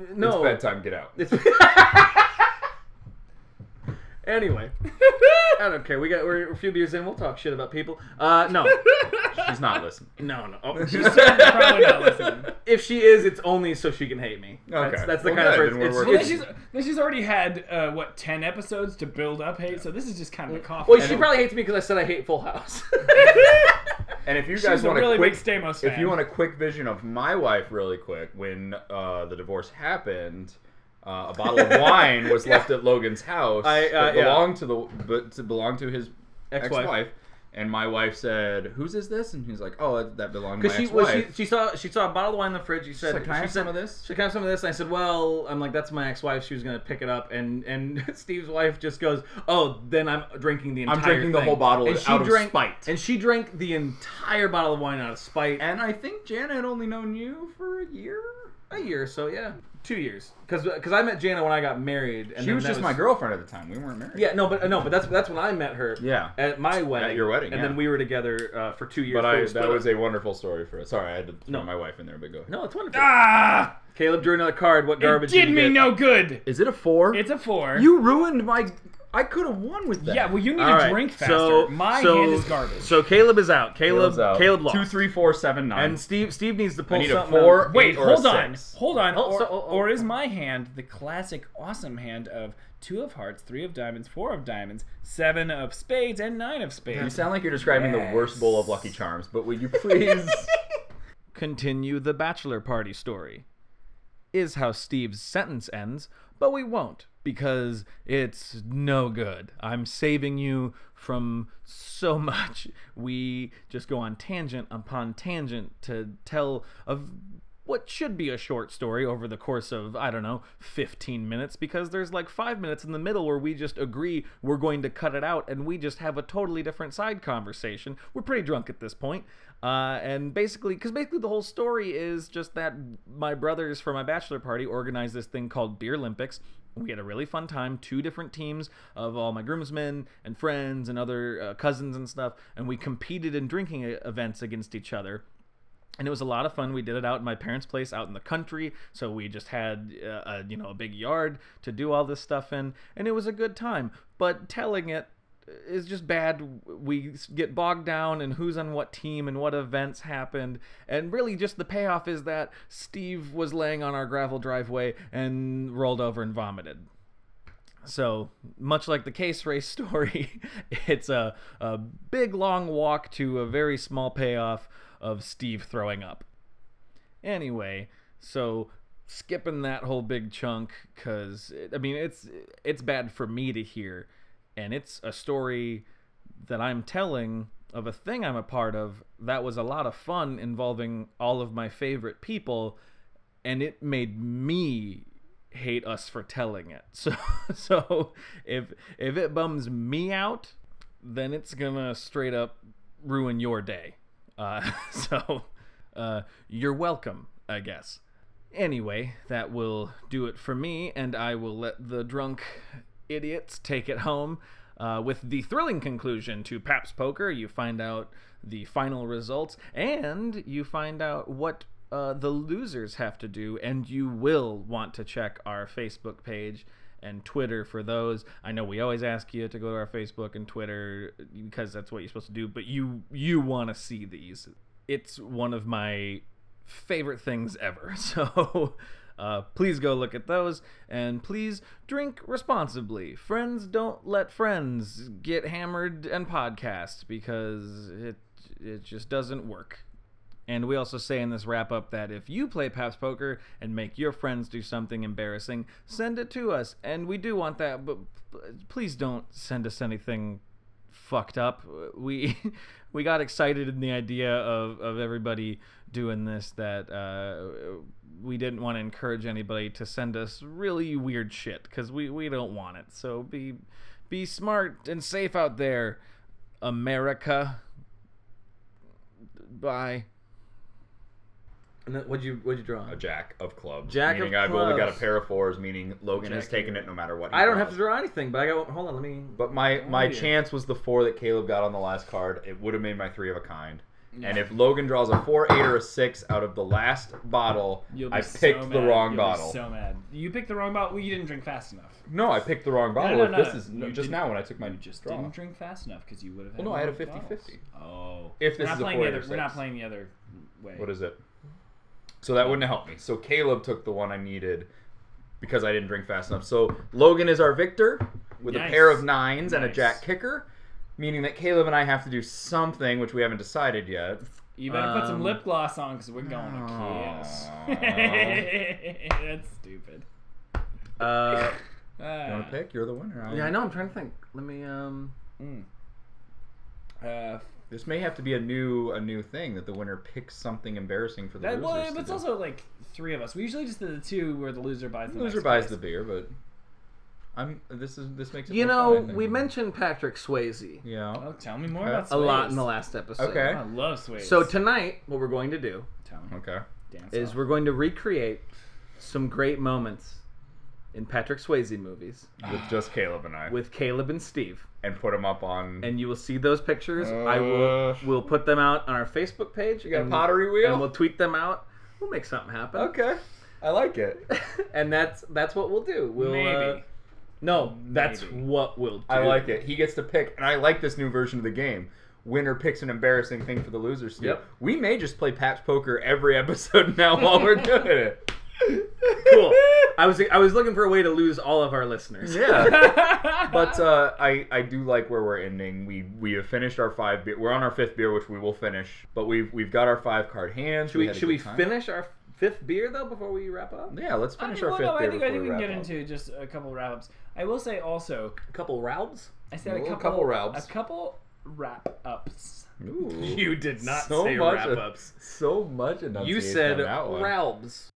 S3: It's
S5: no.
S3: bedtime. Get out.
S5: It's- anyway, I don't care. We got we're a few beers in. We'll talk shit about people. Uh, no,
S3: She's not listening.
S5: no, no. Oh, she's
S2: Probably not listening.
S5: if she is, it's only so she can hate me. That's,
S3: Okay.
S5: that's the
S3: Well,
S5: kind of
S3: good,
S5: person.
S3: then we're
S5: it's-
S2: Well, then
S5: it's-
S2: she's, then she's already had uh, what ten episodes to build up hate, so this is just kind of a coffee.
S5: well, she probably hates me because I said I hate Full House.
S3: And if you
S2: she's
S3: guys
S2: a
S3: want
S2: really
S3: a quick,
S2: big Stamos fan.
S3: if you want a quick vision of my wife, really quick, when uh, the divorce happened, uh, a bottle of wine was left at Logan's house
S5: I, uh,
S3: that
S5: yeah.
S3: belonged to the but to belong to his
S5: Ex-wife.
S3: ex-wife. And my wife said, "Whose is this?" And he's like, "Oh, that- that belonged to my
S5: Because she,
S3: ex-wife."
S5: well, she she saw she saw a bottle of wine in the fridge. She said,
S3: like, "Can I
S5: she
S3: have
S5: said,
S3: some of this?"
S5: She can I have some of this. And I said, well, I'm like, that's my ex-wife. She was gonna pick it up, and and Steve's wife just goes, oh, then I'm drinking the entire.
S3: I'm drinking the
S5: thing."
S3: whole bottle
S5: and
S3: out of
S5: drank,
S3: spite.
S5: And she drank the entire bottle of wine out of spite.
S3: and I think Jana had only known you for a year.
S5: a year or so, yeah, two years. Because I met Jana when I got married. And
S3: she
S5: then
S3: was
S5: that
S3: just my girlfriend at the time. We weren't married.
S5: Yeah, no, but no, but that's that's when I met her.
S3: Yeah.
S5: At my wedding.
S3: At your wedding,
S5: And
S3: yeah.
S5: then we were together uh, for two years.
S3: But I,
S5: we
S3: that
S5: split
S3: was
S5: up.
S3: a wonderful story for us. Sorry, I had to throw
S5: No.
S3: my wife in there, but go ahead.
S5: No, it's wonderful.
S2: ah,
S5: Caleb drew another card. What
S2: it
S5: garbage?
S2: did
S5: you
S2: me
S5: get?
S2: no good.
S3: Is it a four?
S2: It's a four.
S3: You ruined my. I could have won with that.
S2: yeah, well, you need
S5: All
S2: to
S5: right,
S2: drink faster.
S5: So,
S2: My
S5: so,
S2: hand is garbage.
S5: So Caleb is out. Caleb.
S3: Caleb's out.
S5: Caleb lost.
S3: Two, three, four, seven, nine.
S5: And Steve. Steve needs to pull
S3: I need a
S5: something.
S3: four.
S5: out.
S2: Wait,
S3: eight or a
S2: hold on,
S3: six.
S2: hold on.
S5: Oh,
S2: or,
S5: so- oh, oh.
S2: or is my hand the classic awesome hand of two of hearts, three of diamonds, four of diamonds, seven of spades, and nine of
S3: You
S2: spades?
S3: sound like you're describing the worst bowl of Lucky Charms, but would you please?
S1: continue the bachelor party story. Is how Steve's sentence ends, but we won't because it's no good. I'm saving you from so much. We just go on tangent upon tangent to tell of what should be a short story over the course of I don't know 15 minutes because there's like 5 minutes in the middle where we just agree we're going to cut it out and we just have a totally different side conversation. We're pretty drunk at this point. Uh, and basically cuz basically the whole story is just that my brothers for my bachelor party organized this thing called Beer Olympics we had a really fun time two different teams of all my groomsmen and friends and other uh, cousins and stuff and we competed in drinking e- events against each other and it was a lot of fun. We did it out in my parents' place, out in the country. So we just had uh, a, you know a big yard to do all this stuff in, and it was a good time. But telling it is just bad. We get bogged down in who's on what team and what events happened, and really just the payoff is that Steve was laying on our gravel driveway and rolled over and vomited. So much like the case race story, it's a, a big long walk to a very small payoff of Steve throwing up. Anyway, so skipping that whole big chunk because I mean it's it's bad for me to hear, and it's a story that I'm telling of a thing I'm a part of that was a lot of fun involving all of my favorite people, and it made me hate us for telling it. So so if if it bums me out, then it's gonna straight up ruin your day. Uh, so uh, you're welcome, I guess. Anyway, that will do it for me, and I will let the drunk idiots take it home. Uh, with the thrilling conclusion to Paps Poker, you find out the final results, and you find out what uh, the losers have to do, and you will want to check our Facebook page and Twitter for those. I know we always ask you to go to our Facebook and Twitter because that's what you're supposed to do, but you you want to see these. It's one of my favorite things ever. So uh, please go look at those and please drink responsibly. Friends don't let friends get hammered and podcast because it it just doesn't work. And we also say in this wrap up that if you play Paps Poker and make your friends do something embarrassing, send it to us. And we do want that, but p- please don't send us anything fucked up. We we got excited in the idea of, of everybody doing this that uh, we didn't want to encourage anybody to send us really weird shit because we, we don't want it. So be be smart and safe out there, America. Bye.
S5: And then what'd you what'd you draw?
S3: A jack of clubs.
S5: Jack of
S3: meaning I've only got a
S5: clubs.
S3: pair of fours. Meaning Logan
S2: Jack
S3: has taken it no matter what. he
S5: I don't
S3: draws.
S5: have to draw anything, but I got hold on. Let me.
S3: But my my
S2: yeah.
S3: chance was the four that Caleb got on the last card. It would have made my three of a kind. And if Logan draws a four, eight, or a six out of the last bottle,
S2: You'll be
S3: I
S2: so
S3: picked the
S2: mad.
S3: wrong
S2: You'll be
S3: bottle.
S2: so mad. You picked the wrong bottle. Well, you didn't drink fast enough.
S3: No, I picked the wrong bottle.
S2: no, no,
S3: This is
S2: you
S3: just
S2: didn't-
S3: now when I took my
S2: You just
S3: draw.
S2: didn't drink fast enough because you would have.
S3: Well, no, I had a
S2: more bottles.
S3: 50-50.
S2: Oh,
S3: If
S2: we're
S3: this
S2: not
S3: is a
S2: playing
S3: four
S2: the
S3: or
S2: other, we're not
S3: six.
S2: playing the other way.
S3: What is it? So that wouldn't help me. So Caleb took the one I needed because I didn't drink fast enough. So Logan is our victor with
S2: Nice.
S3: a pair of nines and a
S2: Nice.
S3: jack kicker, meaning that Caleb and I have to do something which we haven't decided yet.
S2: You better put some
S5: Um,
S2: lip gloss on because we're going to kiss. That's stupid.
S5: Uh,
S2: Uh,
S3: You want to pick? You're the winner. Um,
S5: yeah, I know. I'm trying to think. Let me. Um.
S2: mm. Uh,
S3: This may have to be a new a new thing that the winner picks something embarrassing for the
S2: that,
S3: losers
S2: well,
S3: to
S2: but it's
S3: do.
S2: also like three of us. We usually just do the two where the loser buys the
S3: loser
S2: next
S3: buys the
S2: place.
S3: beer, but I'm this is this makes it
S5: You
S3: more
S5: know,
S3: fun, I
S5: we
S3: think.
S5: mentioned Patrick Swayze
S3: yeah.
S2: Oh, tell me more
S3: Uh,
S2: about
S5: a lot
S2: Swayze.
S5: in the last episode.
S3: Okay.
S2: I love Swayze.
S5: So tonight, what we're going to do
S2: tell me.
S3: Okay.
S2: Dance
S5: is
S2: off.
S5: we're going to recreate some great moments in Patrick Swayze movies
S3: With just Caleb and I,
S5: with Caleb and Steve.
S3: and put them up on.
S5: and you will see those pictures. I will
S3: Uh.
S5: will put them out on our Facebook page. You
S3: got a pottery wheel?
S5: and we'll tweet them out. We'll make something happen.
S3: okay, I like it.
S5: and that's that's what we'll do. We'll
S2: Maybe.
S5: uh, no, that's
S2: Maybe.
S5: what we'll do.
S3: I like it. He gets to pick, and I like this new version of the game. Winner picks an embarrassing thing for the losers to do.
S5: Yep.
S3: We may just play Pat's Poker every episode now while we're doing it.
S5: Cool. I was I was looking for a way to lose all of our listeners.
S3: Yeah. But uh, I I do like where we're ending. We we have finished our five beer. We're on our fifth beer, which we will finish. But we've we've got our five card hands.
S5: Should we,
S3: had a
S5: should we
S3: good time.
S5: finish our fifth beer though before we wrap up?
S3: Yeah, let's
S2: I
S3: finish
S2: mean, well,
S3: our fifth
S2: no,
S3: beer.
S2: I think, I
S3: before
S2: think we
S3: we
S2: can get
S3: wrap up.
S2: into just a couple wrap ups. I will say also,
S5: A couple rounds.
S2: I said a
S3: Ooh, a
S2: couple,
S3: couple wrap-ups.
S2: A couple wrap ups.
S3: Ooh.
S5: did
S3: So much- So much enunciation
S5: You said
S3: on that one.
S5: rounds.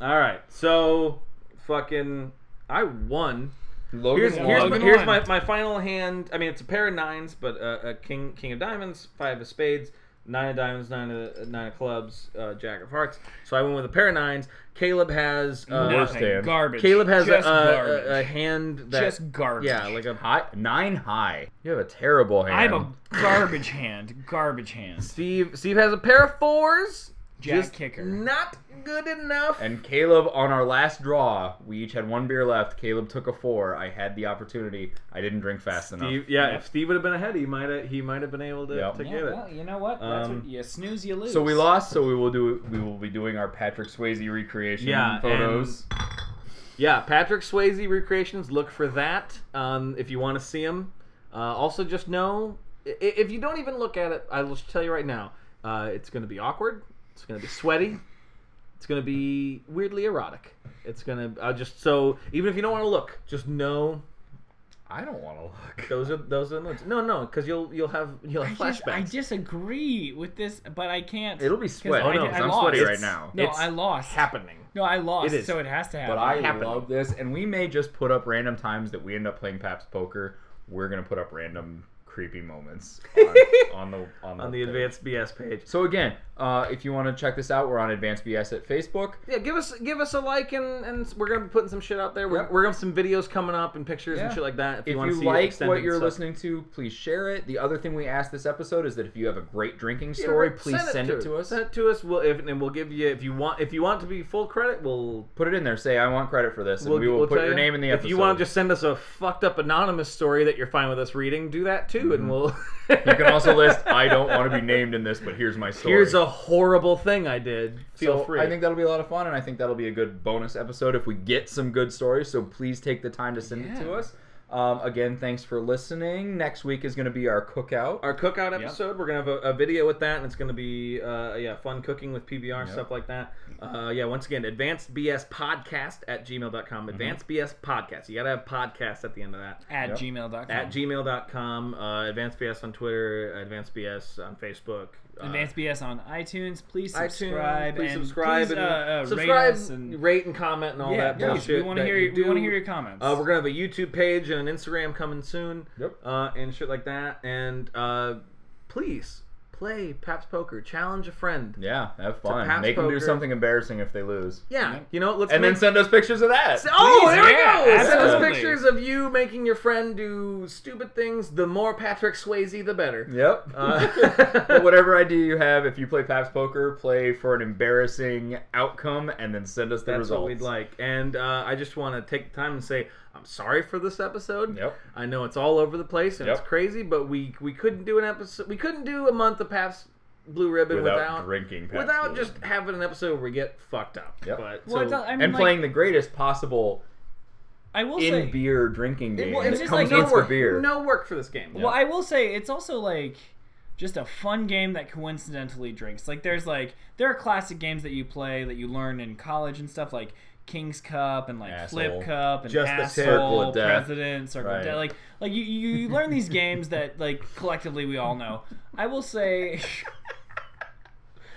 S5: All right. So fucking I won.
S3: Logan
S5: Here's,
S3: won.
S5: here's, my,
S2: Logan
S5: here's
S2: won.
S5: my, my final hand. I mean, it's a pair of nines, but uh, a king king of diamonds, five of spades, nine of diamonds, nine of nine of clubs, uh, jack of hearts. So I went with a pair of nines. Caleb has uh,
S3: Nothing. Dan.
S2: Garbage.
S5: Caleb has a,
S3: uh,
S2: just
S5: a,
S2: garbage.
S5: a, a hand that
S2: just garbage.
S5: yeah, like a
S3: High, nine high. You have a terrible hand.
S2: I have a garbage hand. Garbage hand.
S5: Steve. Steve has a pair of fours.
S2: Jack
S5: just
S2: kicker.
S5: Not good enough.
S3: And Caleb, on our last draw, we each had one beer left. Caleb took a four. I had the opportunity. I didn't drink fast enough.
S5: Steve, yeah, if Steve would have been ahead, he might have he might have been able to,
S3: Yeah.
S5: to
S2: Yeah,
S5: get it.
S2: well, you know what? That's
S5: Um,
S2: what you snooze, you lose.
S3: So we lost. So we will do. We will be doing our Patrick Swayze recreation
S5: Yeah,
S3: photos.
S5: Yeah, Patrick Swayze recreations. Look for that um, if you want to see them. Uh, also, just know i- if you don't even look at it, I will tell you right now, uh, it's going to be awkward. It's going to be sweaty.
S1: It's gonna be weirdly erotic. It's gonna I just so even if you don't want to look, just know
S3: I don't want to look.
S1: those are those are the moods. No, no, because you'll you'll have you'll
S2: I,
S1: have
S2: just, I
S1: flashbacks.
S2: disagree with this, but I can't.
S3: It'll be sweat.
S2: I
S3: Oh
S2: did-
S3: no,
S2: I
S3: 'cause I'm
S2: lost.
S3: sweaty right
S2: It's-
S3: now.
S2: no,
S1: It's
S2: I lost.
S1: happening.
S2: No, I lost,
S1: It is.
S2: so it has to happen.
S3: But I
S1: happening.
S3: love this, and we may just put up random times that we end up playing Paps Poker. We're gonna put up random creepy moments on, on the on the,
S1: On the
S3: thing.
S1: advanced BS page.
S3: So again, uh, if you want to check this out, we're on Advanced BS at Facebook.
S1: Yeah, give us give us a like and, and we're gonna be putting some shit out there. We're,
S3: Yep.
S1: we're gonna have some videos coming up and pictures and
S3: Yeah.
S1: shit like that. If,
S3: If
S1: want
S3: you
S1: to see
S3: like
S1: extended
S3: what you're
S1: stuff.
S3: listening to, please share it. The other thing we asked this episode is that if you have a great drinking story,
S1: Yeah,
S3: please send, it, to us.
S1: Send it to us. We'll if, and we'll give you if you want if you want to be full credit. We'll
S3: Put it in there. Say I want credit for this, and
S1: we'll,
S3: we will
S1: we'll
S3: put
S1: tell
S3: your
S1: you.
S3: name in the
S1: If
S3: episode.
S1: you want to just send us a fucked up anonymous story that you're fine with us reading, do that too,
S3: Mm-hmm.
S1: and we'll.
S3: you can also list I don't want to be named in this, but here's my story.
S1: Here's a horrible thing I did. Feel
S3: So
S1: free.
S3: I think that'll be a lot of fun, and I think that'll be a good bonus episode if we get some good stories. So please take the time to send it to
S2: Yeah.
S3: us. Um, again, thanks for listening. Next week is going to be our cookout.
S1: our cookout episode. We're gonna have a, a video with that, and it's gonna be uh, yeah, fun cooking with PBR stuff like that. Uh, yeah, once again, advanced BS podcast at
S2: Mm-hmm.
S1: gmail.com. Advanced BS podcast. You gotta have podcast at the end of that.
S2: at
S3: Yep.
S2: gmail.com.
S1: At gmail.com, uh, advanced BS on Twitter, advanced BS on Facebook. uh,
S2: Advanced BS on iTunes. Please
S1: iTunes,
S2: subscribe.
S1: please
S2: and
S1: subscribe
S2: please,
S1: and
S2: uh, uh, rate
S1: subscribe,
S2: us and-
S1: rate and comment and all
S2: yeah,
S1: that
S2: please,
S1: bullshit.
S2: we want to
S1: that
S2: hear.
S1: you
S2: We
S1: do.
S2: want to hear your comments.
S1: Uh, we're gonna have a YouTube page and an Instagram coming soon.
S3: Yep.
S1: Uh, and shit like that. And uh, please play Paps Poker. Challenge a friend.
S3: yeah, have fun.
S1: Paps
S3: Make them do
S1: Poker.
S3: something embarrassing if they lose,
S1: Yeah. You know, let's
S3: and
S1: make...
S3: then send us pictures of that.
S1: Oh,
S2: Please,
S1: there
S2: yeah,
S1: we go! Send
S2: absolutely.
S1: us pictures of you making your friend do stupid things. The more Patrick Swayze, the better.
S3: Yep.
S1: Uh,
S3: But whatever idea you have, if you play Paps Poker, play for an embarrassing outcome, and then send us the
S1: That's
S3: results.
S1: what we'd like. And uh, I just want to take the time and say I'm sorry for this episode.
S3: Yep.
S1: I know it's all over the place and
S3: Yep.
S1: it's crazy, but we we couldn't do an episode. We couldn't do a month of Paps Blue Ribbon
S3: Without,
S1: without
S3: drinking, Pabst
S1: without
S3: Blue.
S1: just having an episode where we get fucked up.
S3: Yep.
S1: But
S2: well, it's
S1: so-
S2: not- I mean,
S3: and
S2: like,
S3: playing the greatest possible
S2: I will
S3: in
S2: say,
S3: beer drinking game.
S1: well,
S3: that
S1: it's just
S3: comes
S1: like no
S3: with the
S1: work,
S3: beer.
S1: no work for this game.
S2: Well, I will say it's also like just a fun game that coincidentally drinks. Like there's like there are classic games that you play that you learn in college and stuff like King's Cup and like
S3: Asshole.
S2: Flip Cup and
S1: Just the
S2: Asshole,
S3: Circle of Death.
S2: President, Circle of
S3: Right.
S2: Death. Like like you, you, you learn these games that like collectively we all know. I will say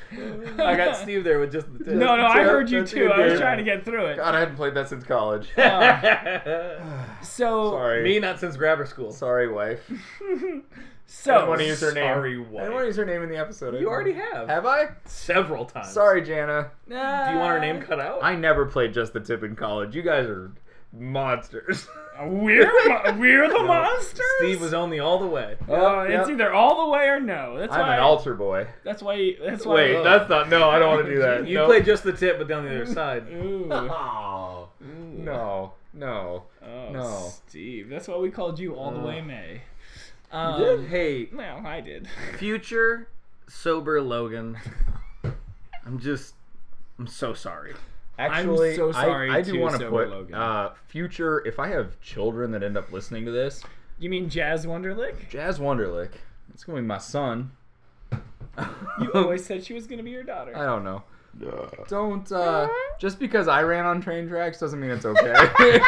S1: I got Steve there with just the tip.
S2: No, no, I heard you
S3: That's
S2: too. I was
S3: good.
S2: trying to get through it.
S3: God, I haven't played that since college.
S2: So
S3: Sorry.
S1: Me not since grabber school.
S3: Sorry, wife. I
S2: so
S3: don't want to use her name.
S1: Sorry,
S3: I don't want to use her name in the episode.
S1: You already have
S3: Have I?
S1: several times.
S3: Sorry, Jana.
S1: Do you want her name cut out?
S3: I never played just the tip in college. You guys are monsters.
S2: We're mo- we're the monsters.
S1: Steve was only all the way.
S2: Uh, It's either all the way or no. That's
S3: I'm
S2: why.
S3: an altar boy.
S2: That's why. That's why. oh.
S3: Wait, that's not. No, I don't want to do that.
S1: You
S3: Uh, No.
S1: play just the tip, but down the other side.
S2: Ooh.
S3: Oh, no, no.
S2: Oh,
S3: No. Uh.
S2: Steve. That's why we called you all the way May. Um,
S1: Hey,
S2: No, I did.
S1: future sober Logan. I'm just, I'm so sorry.
S3: Actually,
S2: so sorry
S3: I, I do
S2: to
S3: want to
S2: Sober
S3: put
S2: Logan.
S3: uh, future. If I have children that end up listening to this,
S2: You mean Jazz Wonderlick?
S3: Jazz Wonderlick. It's gonna be my son.
S2: You always said she was gonna be your daughter.
S3: I don't know. Don't uh, just because I ran on train tracks doesn't mean it's okay.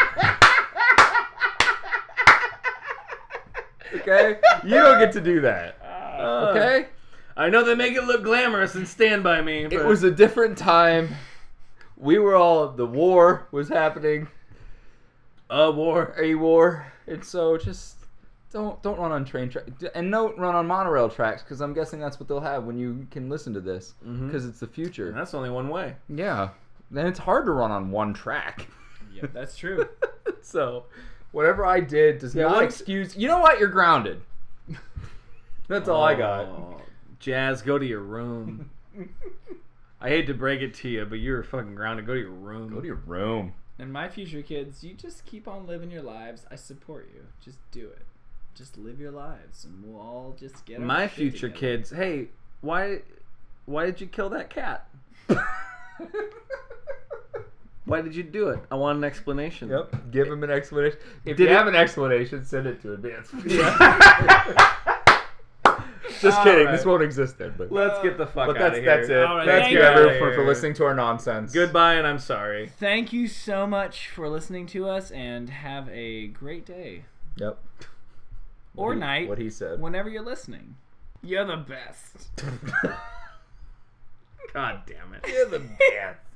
S3: okay, you don't get to do that.
S2: Ah.
S3: Uh, Okay,
S1: Uh, I know they make it look glamorous and stand by me. But
S3: it was a different time. We were all the war was happening,
S1: a war.
S3: a war, and so just don't don't run on train tracks and don't run on monorail tracks because I'm guessing that's what they'll have when you can listen to this because it's the future.
S1: That's only one way.
S3: Yeah. Then it's hard to run on one track.
S2: Yeah, that's true.
S3: so, whatever I did does not
S1: once-
S3: excuse. You know what? You're grounded. That's all I got.
S1: Oh, Jazz, go to your room. I hate to break it to you, but you're fucking grounded. Go to your room.
S3: Go to your room.
S2: and my future kids, you just keep on living your lives. I support you. Just do it. Just live your lives, and we'll all just get our
S1: My
S2: shit
S1: future
S2: together.
S1: kids. Hey, why, why did you kill that cat? Why did you do it? I want an explanation.
S3: Yep. Give him an explanation. If
S1: Did
S3: you
S1: it-
S3: have an explanation, send it to advance. Just kidding. This
S1: Alright.
S3: won't exist then. But,
S1: Let's get the fuck
S3: but
S1: out
S3: that's
S1: of here.
S3: that's it.
S2: Alright,
S3: Thank
S2: thank
S3: you
S2: you.
S3: everyone for, for
S1: Here.
S3: listening to our nonsense.
S1: Goodbye, and I'm sorry.
S2: Thank you so much for listening to us, and have a great day
S3: Yep.
S2: or
S3: What he-
S2: night,
S3: What he said.
S2: whenever you're listening. You're the best.
S1: God damn it.
S3: the best.